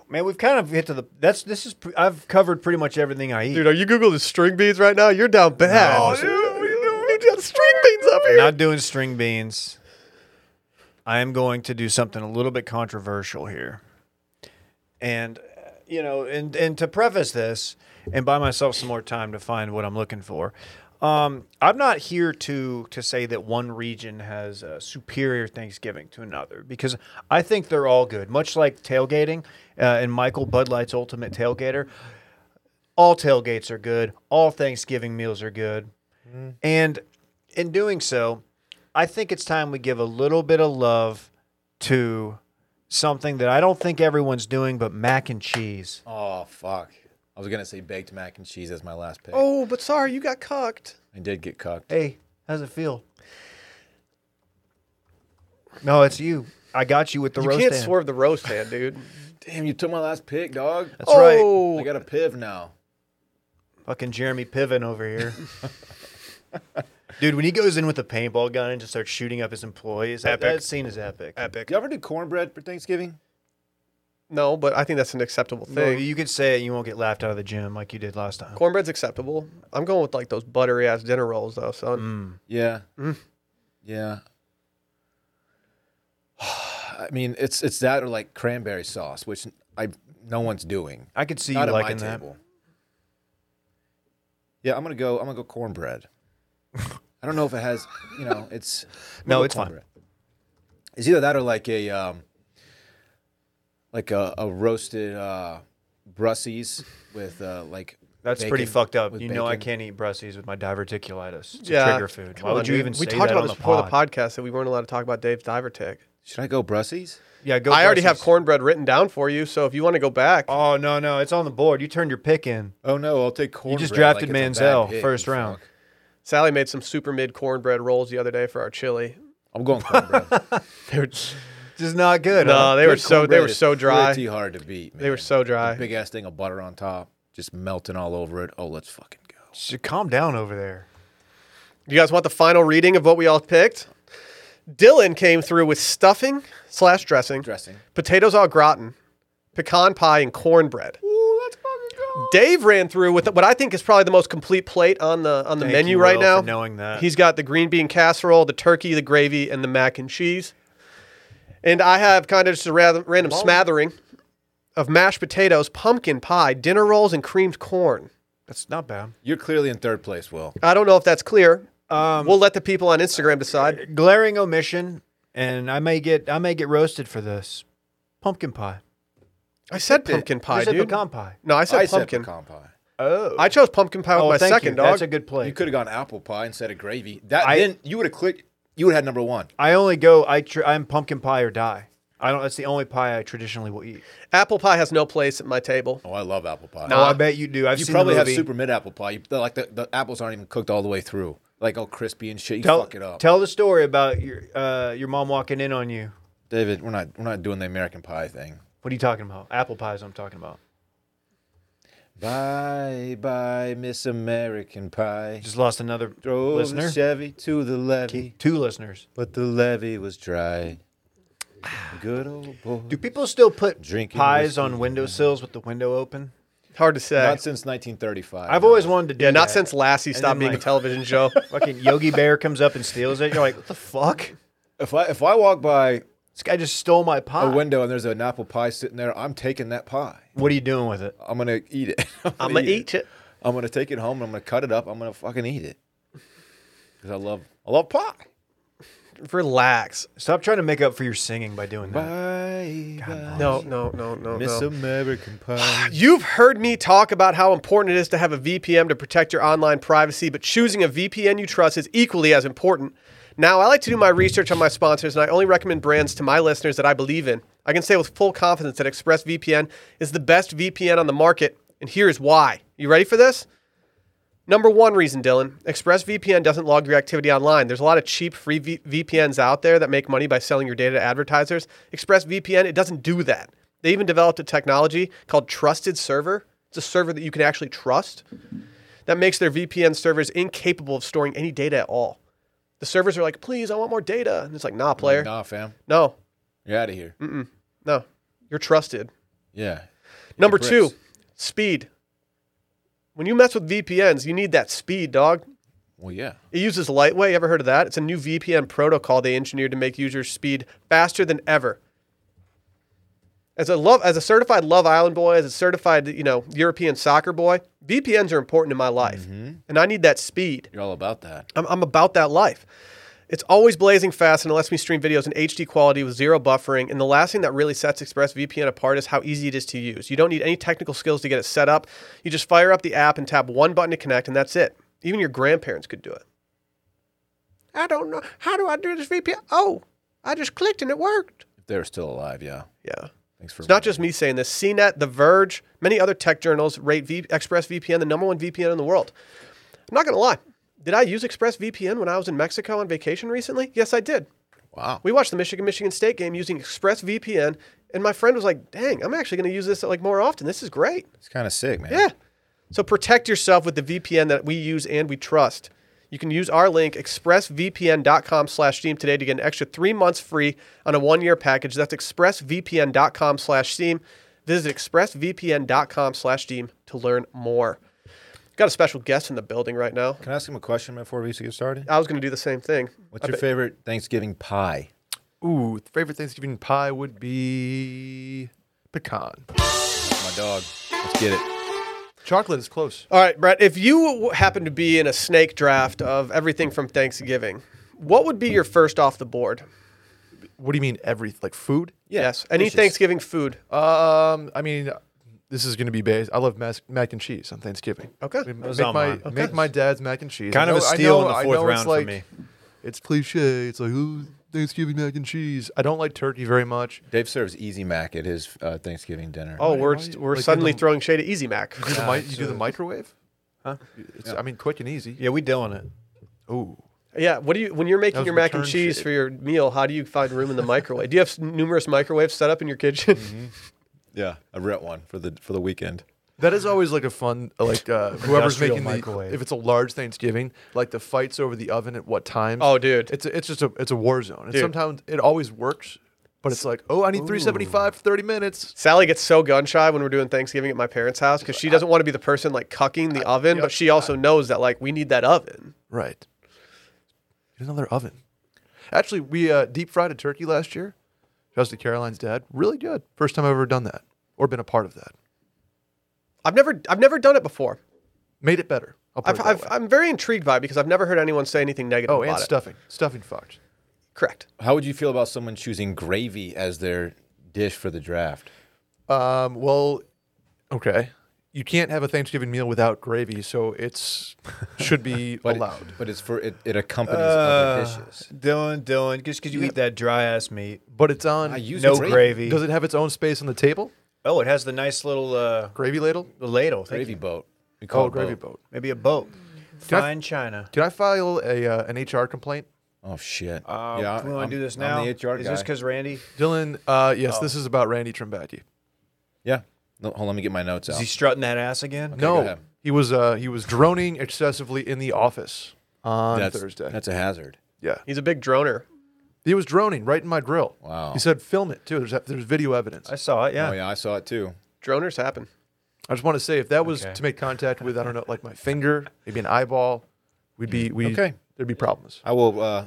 Man, we've kind of hit to the. That's this is. pre- I've covered pretty much everything I eat. Dude, are you Googling string beans right now? You're down bad. No, dude, we- we got string beans up here. Not doing string beans. I am going to do something a little bit controversial here, and uh, you know, and and to preface this, and buy myself some more time to find what I'm looking for. Um, I'm not here to to say that one region has a superior Thanksgiving to another because I think they're all good. Much like tailgating, uh, and Michael Bud Light's Ultimate Tailgater, all tailgates are good. All Thanksgiving meals are good. And in doing so, I think it's time we give a little bit of love to something that I don't think everyone's doing, but mac and cheese. Oh fuck. I was gonna say baked mac and cheese as my last pick. oh, but sorry, you got cocked. I did get cocked. Hey, how's it feel? No, it's you. I got you with the You roast. can't hand. swerve the roast hand, dude. Damn, you took my last pick, dog. That's right. Oh, I got a piv now. Fucking Jeremy Piven over here. Dude, when he goes in with a paintball gun and just starts shooting up his employees, that, Epic. that scene is epic. epic. Do you ever do cornbread for Thanksgiving? No, but I think that's an acceptable No, thing. you could say it, you won't get laughed out of the gym like you did last time. Cornbread's acceptable. I'm going with like those buttery ass dinner rolls though, son. Mm, Yeah. Yeah. I mean, it's it's that or like cranberry sauce, which I no one's doing. I could see you Not at liking my that. table. Yeah, I'm gonna go. I'm gonna go cornbread. I don't know if it has. You know, it's I'm No, gonna go it's fine. cornbread. It's either that or like a um, like a, a roasted uh, brussies with uh, like. That's bacon- pretty fucked up. with You know, I bacon. can't eat brussies with my diverticulitis. It's Yeah. a trigger food. Come Why on, would you dude. even We say talked that about on this the before pod? the podcast that we weren't allowed to talk about Dave's diver tech. Should I go brussies? Yeah, go. I already have brussies. cornbread written down for you, so if you want to go back, Oh no, no, it's on the board. You turned your pick in. Oh no, I'll take cornbread. just drafted like it's a Manziel bad pick, first you round. fuck. Sally made some super mid cornbread rolls the other day for our chili. I'm going cornbread. They were, This is not good. no, huh? they were Good so they cornbread were is so dry. Pretty hard to beat. Man. They were so The dry. big ass thing of butter on top, just melting all over it. Oh, let's fucking go. Sh- calm down over there. You guys want the final reading of what we all picked? Dylan came through with stuffing slash dressing, Dressing. potatoes au gratin, pecan pie, and cornbread. Ooh, let's fucking go. Dave ran through with what I think is probably the most complete plate on the on the Thank menu you, right Will, now. for knowing that. He's got the green bean casserole, the turkey, the gravy, and the mac and cheese. And I have kind of just a rather, random smattering of mashed potatoes, pumpkin pie, dinner rolls, and creamed corn. That's not bad. You're clearly in third place, Will. I don't know if that's clear. Um, we'll let the people on Instagram decide. Glaring omission, and I may get I may get roasted for this. Pumpkin pie. I said pumpkin You pie, said dude. pecan pie. No, I said I said pumpkin. pecan pie. Oh, I chose pumpkin pie with oh, my thank second you. dog. That's a good play. You could have gone apple pie instead of gravy. That I- then you would have clicked. You would have had number one. I only go. I tr- I'm pumpkin pie or die. I don't. That's the only pie I traditionally will eat. Apple pie has no place at my table. Oh, I love apple pie. Oh, I bet you do. I've you seen probably the have movie. super mid apple pie. You, the- like the, the apples aren't even cooked all the way through. Like all crispy and shit. You tell, fuck it up. Tell the story about your uh, your mom walking in on you. David, we're not we're not doing the American pie thing. What are you talking about? Apple pies. I'm talking about. Bye bye, Miss American Pie. Just lost another Drove listener. the Chevy to the levee, Two listeners. but the levee was dry. Good old boy. Do people still put Drinking pies whiskey. on windowsills with the window open? Hard to say. Not since 1935. I've no. always wanted to do yeah, not that. since Lassie then, stopped being like- a television show. fucking Yogi Bear comes up and steals it. You're like, what the fuck? If I if I walk by This guy just stole my pie. a window and there's an apple pie sitting there, I'm taking that pie. what are you doing with it? I'm gonna eat it. I'm gonna eat it. it. I'm gonna take it home. and I'm gonna cut it up. I'm gonna fucking eat it because I love I love pie. Relax. Stop trying to make up for your singing by doing that. Bye, bye, No, no, no, no, Miss no. American Pie. You've heard me talk about how important it is to have a VPN to protect your online privacy, but choosing a VPN you trust is equally as important. Now, I like to do my research on my sponsors, and I only recommend brands to my listeners that I believe in. I can say with full confidence that ExpressVPN is the best VPN on the market, and here is why. You ready for this? Number one reason, Dylan, ExpressVPN doesn't log your activity online. There's a lot of cheap free v- VPNs out there that make money by selling your data to advertisers. ExpressVPN, it doesn't do that. They even developed a technology called Trusted Server. It's a server that you can actually trust that makes their VPN servers incapable of storing any data at all. The servers are like, please, I want more data. And it's like, nah, player. Nah, fam, No, you're out of here. Mm. no. You're trusted. Yeah. Number bricks. two, speed. When you mess with VPNs, you need that speed, dog. Well, yeah. It uses Lightway. You ever heard of that? It's a new VPN protocol they engineered to make users speed faster than ever. As a love, as a certified Love Island boy, as a certified you know European soccer boy, VPNs are important in my life, and I need that speed. You're all about that. I'm, I'm about that life. It's always blazing fast and it lets me stream videos in HD quality with zero buffering. And the last thing that really sets ExpressVPN apart is how easy it is to use. You don't need any technical skills to get it set up. You just fire up the app and tap one button to connect, and that's it. Even your grandparents could do it. I don't know. How do I do this VPN? Oh, I just clicked and it worked. If they're still alive, yeah. Yeah. Thanks for. It's not just me saying this. CNET, The Verge, many other tech journals rate v- ExpressVPN the number one VPN in the world. I'm not going to lie. Did I use ExpressVPN when I was in Mexico on vacation recently? Yes, I did. Wow. We watched the Michigan Michigan State game using ExpressVPN, and my friend was like, "Dang, I'm actually going to use this like more often. This is great." It's kind of sick, man. Yeah. So protect yourself with the VPN that we use and we trust. You can use our link, expressvpn.com slash steam today to get an extra three months free on a one-year package. That's expressvpn.com slash steam. Visit expressvpn.com slash steam to learn more. Got a special guest in the building right now. Can I ask him a question before we get started? I was going to do the same thing. What's your favorite Thanksgiving pie? Ooh, favorite Thanksgiving pie would be pecan. My dog. Let's get it. Chocolate is close. All right, Brett, if you w- happen to be in a snake draft of everything from Thanksgiving, what would be your first off the board? What do you mean every like food? Yeah, yes, any dishes. Thanksgiving food. Um, I mean, this is gonna be based. I love mas- mac and cheese on Thanksgiving. Okay. I mean, was make on my mine. Okay. make my dad's mac and cheese. Kind I of a know- I steal in know- the I fourth know it's round for like- me. It's cliche. It's like ooh, Thanksgiving mac and cheese. I don't like turkey very much. Dave serves Easy Mac at his uh, Thanksgiving dinner. Oh, Why- we're, why- we're like, suddenly in the- throwing shade at Easy Mac. You do the, mi- you do the microwave? Huh? It's, I mean, quick and easy. Yeah, we dealing it. Ooh. yeah, what do you when you're making was your mac and return cheese shade. for your meal? How do you find room in the microwave? Do you have s- numerous microwaves set up in your kitchen? Mm-hmm. yeah. I rent one for the for the weekend. That is always like a fun like uh, whoever's Industrial making microwave. the if it's a large Thanksgiving like the fights over the oven at what times. Oh, dude. it's a, it's just a it's a war zone. And Dude. sometimes it always works, but it's like oh I need 375 for 30 minutes. Sally gets so gun shy when we're doing Thanksgiving at my parents' house because she doesn't want to be the person like cucking the oven, but she also knows that like we need that oven. Right. Get another oven. Actually, we uh, deep fried a turkey last year. Shout out to Caroline's dad. Really good. First time I've ever done that or been a part of that. I've never I've never done it before. Made it better. I'll put I've, it that I've, way. I'm very intrigued by it because I've never heard anyone say anything negative oh, about and it. stuffing. Stuffing fucked. Correct. How would you feel about someone choosing gravy as their dish for the draft? Um, well, okay. You can't have a Thanksgiving meal without gravy, so it's should be But it- allowed. but it's for it, it accompanies other dishes. Dylan, Dylan, just because you eat that dry ass meat, But it's on. I use no gravy. gravy. does it have its own space on the table? Oh, it has the nice little uh, Gravy ladle? the ladle. Thank Gravy you. boat. We call Oh, it gravy boat. Maybe a boat. Can I- Fine china. Can I file a uh, an HR complaint, Oh shit. Uh, yeah, do we want I'm- to do this I'm now? the HR Is this guy. because Randy? Dylan? Uh, yes, Oh. this is about Randy Trimbacki. Yeah. No, hold on, let me get my notes out. Is he strutting that ass again? go no, ahead. he was uh, he was droning excessively in the office on that's, Thursday. That's a hazard. yeah, He's a big droner. He was droning right in my grill. Wow. He said, "Film it too." There's there's video evidence. I saw it. Yeah. Oh yeah, I saw it too. Droners happen. I just want to say if that was Okay. to make contact with I don't know like my finger, maybe an eyeball, we'd be we Okay. there'd be problems. I will uh,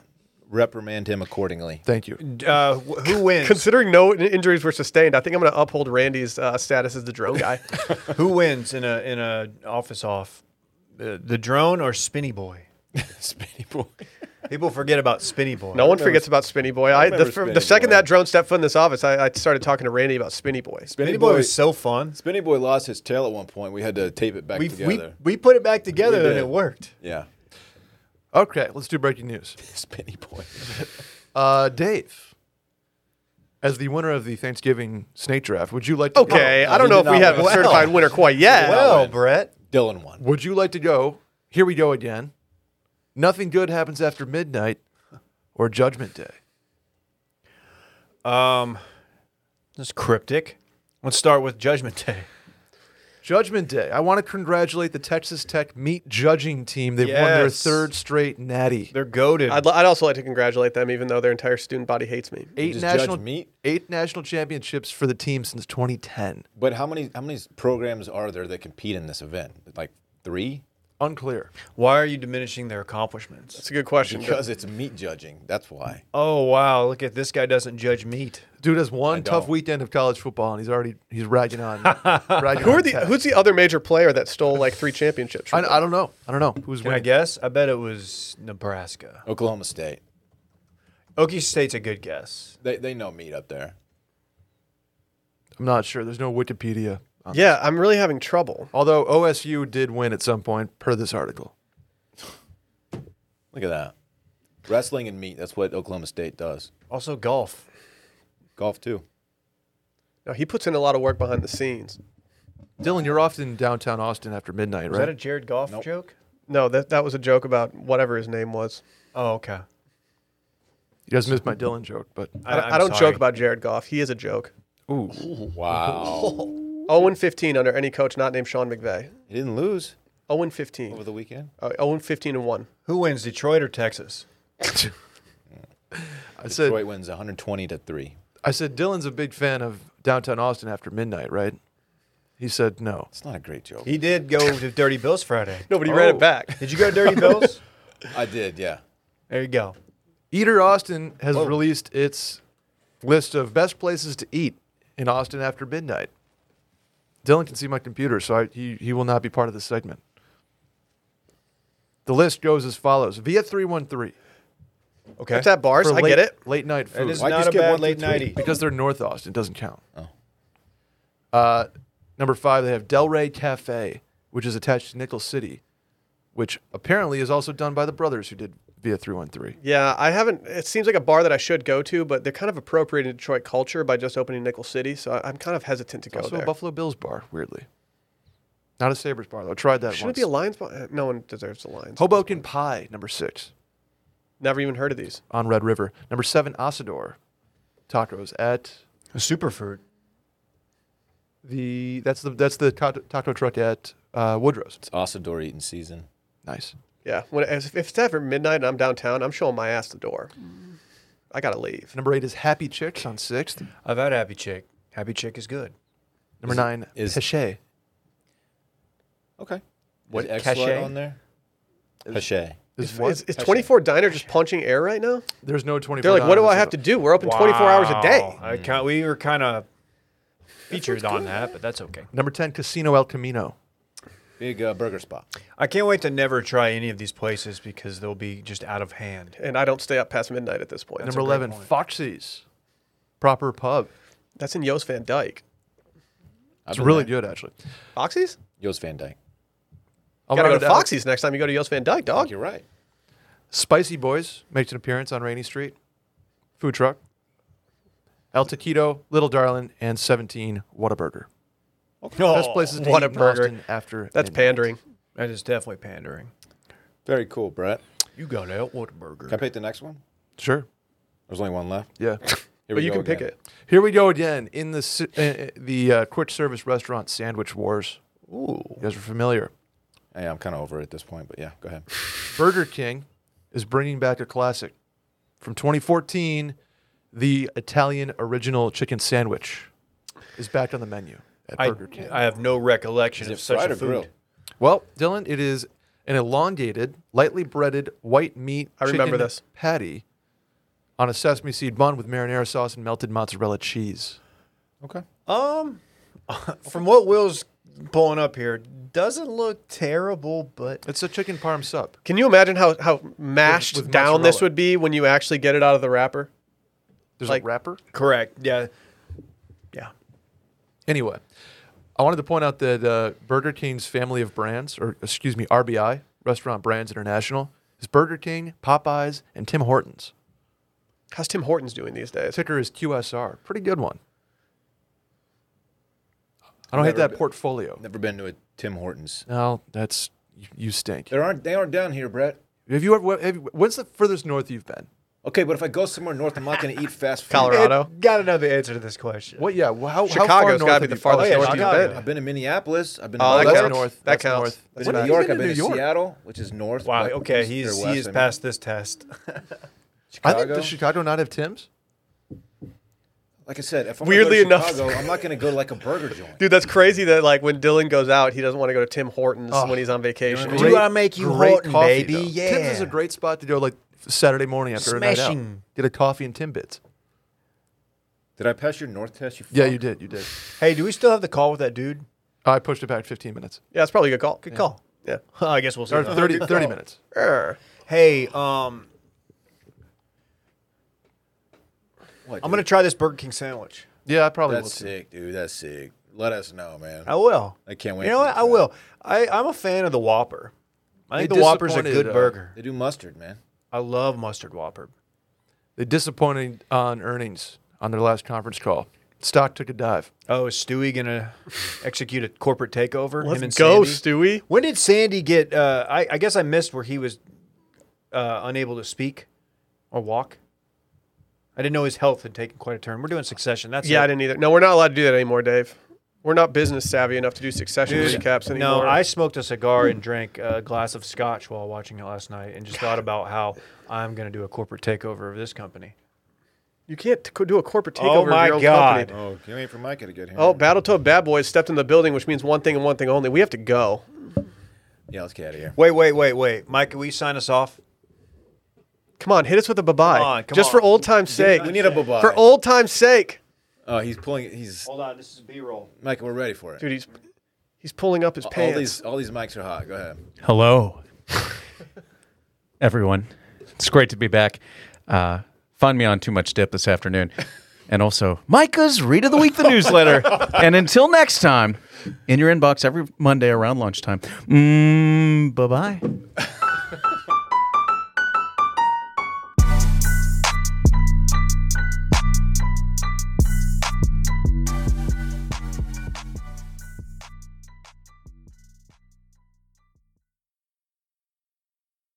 reprimand him accordingly. Thank you. Uh, wh- who wins? Considering no in- injuries were sustained, I think I'm going to uphold Randy's uh, status as the drone guy. who wins in a in a office off? The, the drone or Spinny Boy? Spinny boy. People forget about Spinny Boy. No one forgets about Spinny Boy. I, the, remember fir- Spinny the second Boy. that drone stepped foot in this office, I, I started talking to Randy about Spinny Boy. Spinny Boy was so fun. Spinny boy lost his tail at one point. We had to tape it back We, we, together. we put it back together We and did. it worked. yeah. Okay, let's do breaking news. Spinny boy. Uh, Dave, as the winner of the Thanksgiving snake draft, would you like to Okay, Go, I don't he know did if we not have a win. certified winner quite yet. Well, win. Brett. Dylan won. would you like to go? Here we go again. Nothing good happens after midnight or Judgment Day. Um, that's cryptic. Let's start with Judgment Day. Judgment Day. I want to congratulate the Texas Tech meat judging team. They've won their Yes. third straight natty. They're goaded. I'd, li- I'd also like to congratulate them, even though their entire student body hates me. Eight just judge national meat? eight national championships for the team since 2010. But how many how many programs are there that compete in this event? Like three? Unclear. Why are you diminishing their accomplishments? That's a good question. but- Because it's meat judging. That's why. Oh wow! Look at this guy doesn't judge meat. Dude has one tough don't. weekend of college football, and he's already he's ragging on. ragging Who are on the Tech. Who's the other major player that stole like three championships? from I, I don't know. I don't know who's Can I winning. guess? I bet it was Nebraska. Oklahoma State. Okie State's a good guess. They they know meat up there. I'm not sure. There's no Wikipedia. Uh, them? yeah, I'm really having trouble. Although OSU did win at some point, per this article. Look at that. Wrestling and meat. That's what Oklahoma State does. Also golf. Golf too. No, he puts in a lot of work behind the scenes. Dylan, you're often downtown Austin after midnight, Was right? that a Jared Goff Nope. joke? No, that that was a joke about whatever his name was. Oh okay. you guys missed my Dylan joke, but I, don't- I'm I don't sorry. joke about Jared Goff. He is a joke. ooh, Wow. 0 15 under any coach not named Sean McVay. he didn't lose 0 over 15. the weekend. Uh, 0 15 and 1. Who wins, Detroit or Texas? I said Detroit wins 120 to three. I said Dylan's a big fan of downtown Austin after midnight, right? He said no. It's not a great joke. He did go to Dirty Bills Friday. No, but he ran Oh. it back. Did you go to Dirty Bills? I did, yeah. There you go. Eater Austin has released its list of best places to eat in Austin after midnight. Dylan can see my computer, so I, he, he will not be part of this segment. The list goes as follows Via 313. Okay. It's at bars. for I late, get it. Oh. Late night That food. is Why'd you not a skip one bad through late three? nighty. Because they're North Austin. It doesn't count. Uh, number five, they have Del Rey Cafe, which is attached to Nickel City, which apparently is also done by the brothers who did Via 313. Yeah, I haven't. It seems like a bar that I should go to, but they're kind of appropriating Detroit culture by just opening Nickel City, so I- I'm kind of hesitant to go Also a there. Buffalo Bills bar, weirdly. Not a Sabres bar, though. I tried that Should it once. be a Lions bar? Uh, No one deserves the Lions. Hoboken Pie, number six, Never even heard of these. on Red River. Number seven, Asador Tacos at A superfood. the that's the that's the taco, taco truck at uh, Woodrow's. It's Asador eating season. Nice. Yeah, when if if it's after midnight and I'm downtown, I'm showing my ass the door. I gotta leave. Number eight is Happy Chicks on sixth. I've had Happy Chick. Happy Chick is good. Number nine, is- Pichet. Okay. What, Is X cachet? on there? Cachet. Is Is, what? is, is 24 Diner just punching air right now? There's no 24. They're like, what do hours I have of- to do? We're open 24 hours a day. Wow. I kind we were kind of featured on that, but that's okay. Number 10, Casino El Camino. Big uh, burger spot. I can't wait to never try any of these places because they'll be just out of hand. And I don't stay up past midnight at this point. Number 11, Foxy's. Proper pub. That's in Yost Van Dyke. I've It's been really there. good, actually. Foxy's? Yost Van Dyke. I'll gotta round go it to out. Foxy's next time you go to Yost Van Dyke, I think dog. you're right. Spicy Boys makes an appearance on Rainy Street. Food truck. El Taquito, Little Darlin', and 17, Whataburger. No, Best places to eat in Austin after. Oh, That's midnight. pandering. That is definitely pandering. Very cool, Brett. You got out what Can I burger? pick the next one? Sure. There's only one left. Yeah. But Here we you go can pick again. it. Here we go again in the si- uh, uh, the uh, quick service restaurant Sandwich Wars. Ooh, You guys are familiar. Hey, I'm kind of over it at this point, but yeah, go ahead. Burger King is bringing back a classic. from 2014, the Italian original chicken sandwich is back on the menu at I, Burger King. I have no recollection Is of it such fried a or grilled? food. well, Dylan, it is an elongated, lightly breaded white meat I remember chicken this. patty on a sesame seed bun with marinara sauce and melted mozzarella cheese. Okay. Um, from what Will's pulling up here, doesn't look terrible, but It's a chicken parm sub. Can you imagine how, how mashed with down this mozzarella. would be when you actually get it out of the wrapper? There's Like- a wrapper. correct. Yeah, yeah. Anyway, I wanted to point out that uh, Burger King's family of brands, or excuse me, RBI, Restaurant Brands International, is Burger King, Popeyes, and Tim Hortons. How's Tim Hortons doing these days? Ticker is QSR. Pretty good one. I don't hate Never that been- portfolio. Never been to a Tim Hortons. No, that's you, you stink. There aren't. They aren't down here, Brett. Have you ever? Have you, when's the furthest north you've been? Okay, but if I go somewhere north, I'm not going to eat fast food. Colorado. Ed, Got another answer to this question. What? Yeah. wh- How, how far Chicago's north gotta have be the you- farthest oh, yeah, north you've Chicago. been. I've been to Minneapolis. I've been. Oh, to that that's counts. north. That That's counts. north. That's I've been back. to You've York. been I've been to to New York. Seattle, which is north. Wow. but Okay, east or he's west, he is I mean. past this test. I Chicago. think does Chicago not have Tim's? like I said, if I'm Weirdly weirdly go to enough- Chicago, I'm not going to go to like a burger joint. Dude, that's crazy that like when Dylan goes out, he doesn't want to go to Tim Hortons Oh. when he's on vacation. Do I make you great Horton, coffee, baby? though. Tim's is Yeah. a great spot to go like Saturday morning after a night Smashing. out. Get a coffee and Timbits. Did I pass your north test? You Yeah, fuck? you did. You did. hey, do we still have the call with that dude? I pushed it back 15 minutes. Yeah, that's probably a good call. Good call. Yeah. I guess we'll see. Or though. 30, 30 minutes. Err. Hey, um, What, I'm dude? gonna try this Burger King sandwich. Yeah, I probably That's will. Too. sick, dude. That's sick. Let us know, man. I will. I can't wait. You know for what? to I try it. will. I, I'm a fan of the Whopper. I think They the Whopper's a disappointed, good uh, burger. They do mustard, man. I love mustard Whopper. They disappointed on earnings on their last conference call. Stock took a dive. Oh, is Stewie gonna execute a corporate takeover? Let's him and go, Sandy? Stewie. When did Sandy get? Uh, I, I guess I missed where he was uh, unable to speak or walk. I didn't know his health had taken quite a turn. We're doing Succession. That's Yeah, it. I didn't either. No, we're not allowed to do that anymore, Dave. We're not business savvy enough to do succession Dude, recaps anymore. No, I smoked a cigar and drank a glass of scotch while watching it last night, and just thought about how I'm going to do a corporate takeover of this company. you can't t- do a corporate takeover. Oh of my your own God. Company. Oh, can't wait for Micah to get here. Oh, Battletoad Bad Boys stepped in the building, which means one thing and one thing only. We have to go. yeah, let's get out of here. Wait, wait, wait, wait, Mike, can we sign us off? Come on, hit us with a bye-bye. Come on, come Just for on. old time's sake. We need a bye-bye. For old time's sake. Oh, he's pulling. it. He's Hold on, this is B-roll. Micah. We're ready for it. Dude, he's he's pulling up his all pants. these, all these mics are hot. Go ahead. Hello, everyone. It's great to be back. Uh, find me on Too Much Dip this afternoon. And also, Micah's Read of the Week, the newsletter. And until next time, in your inbox every Monday around lunchtime. Mm, bye bye.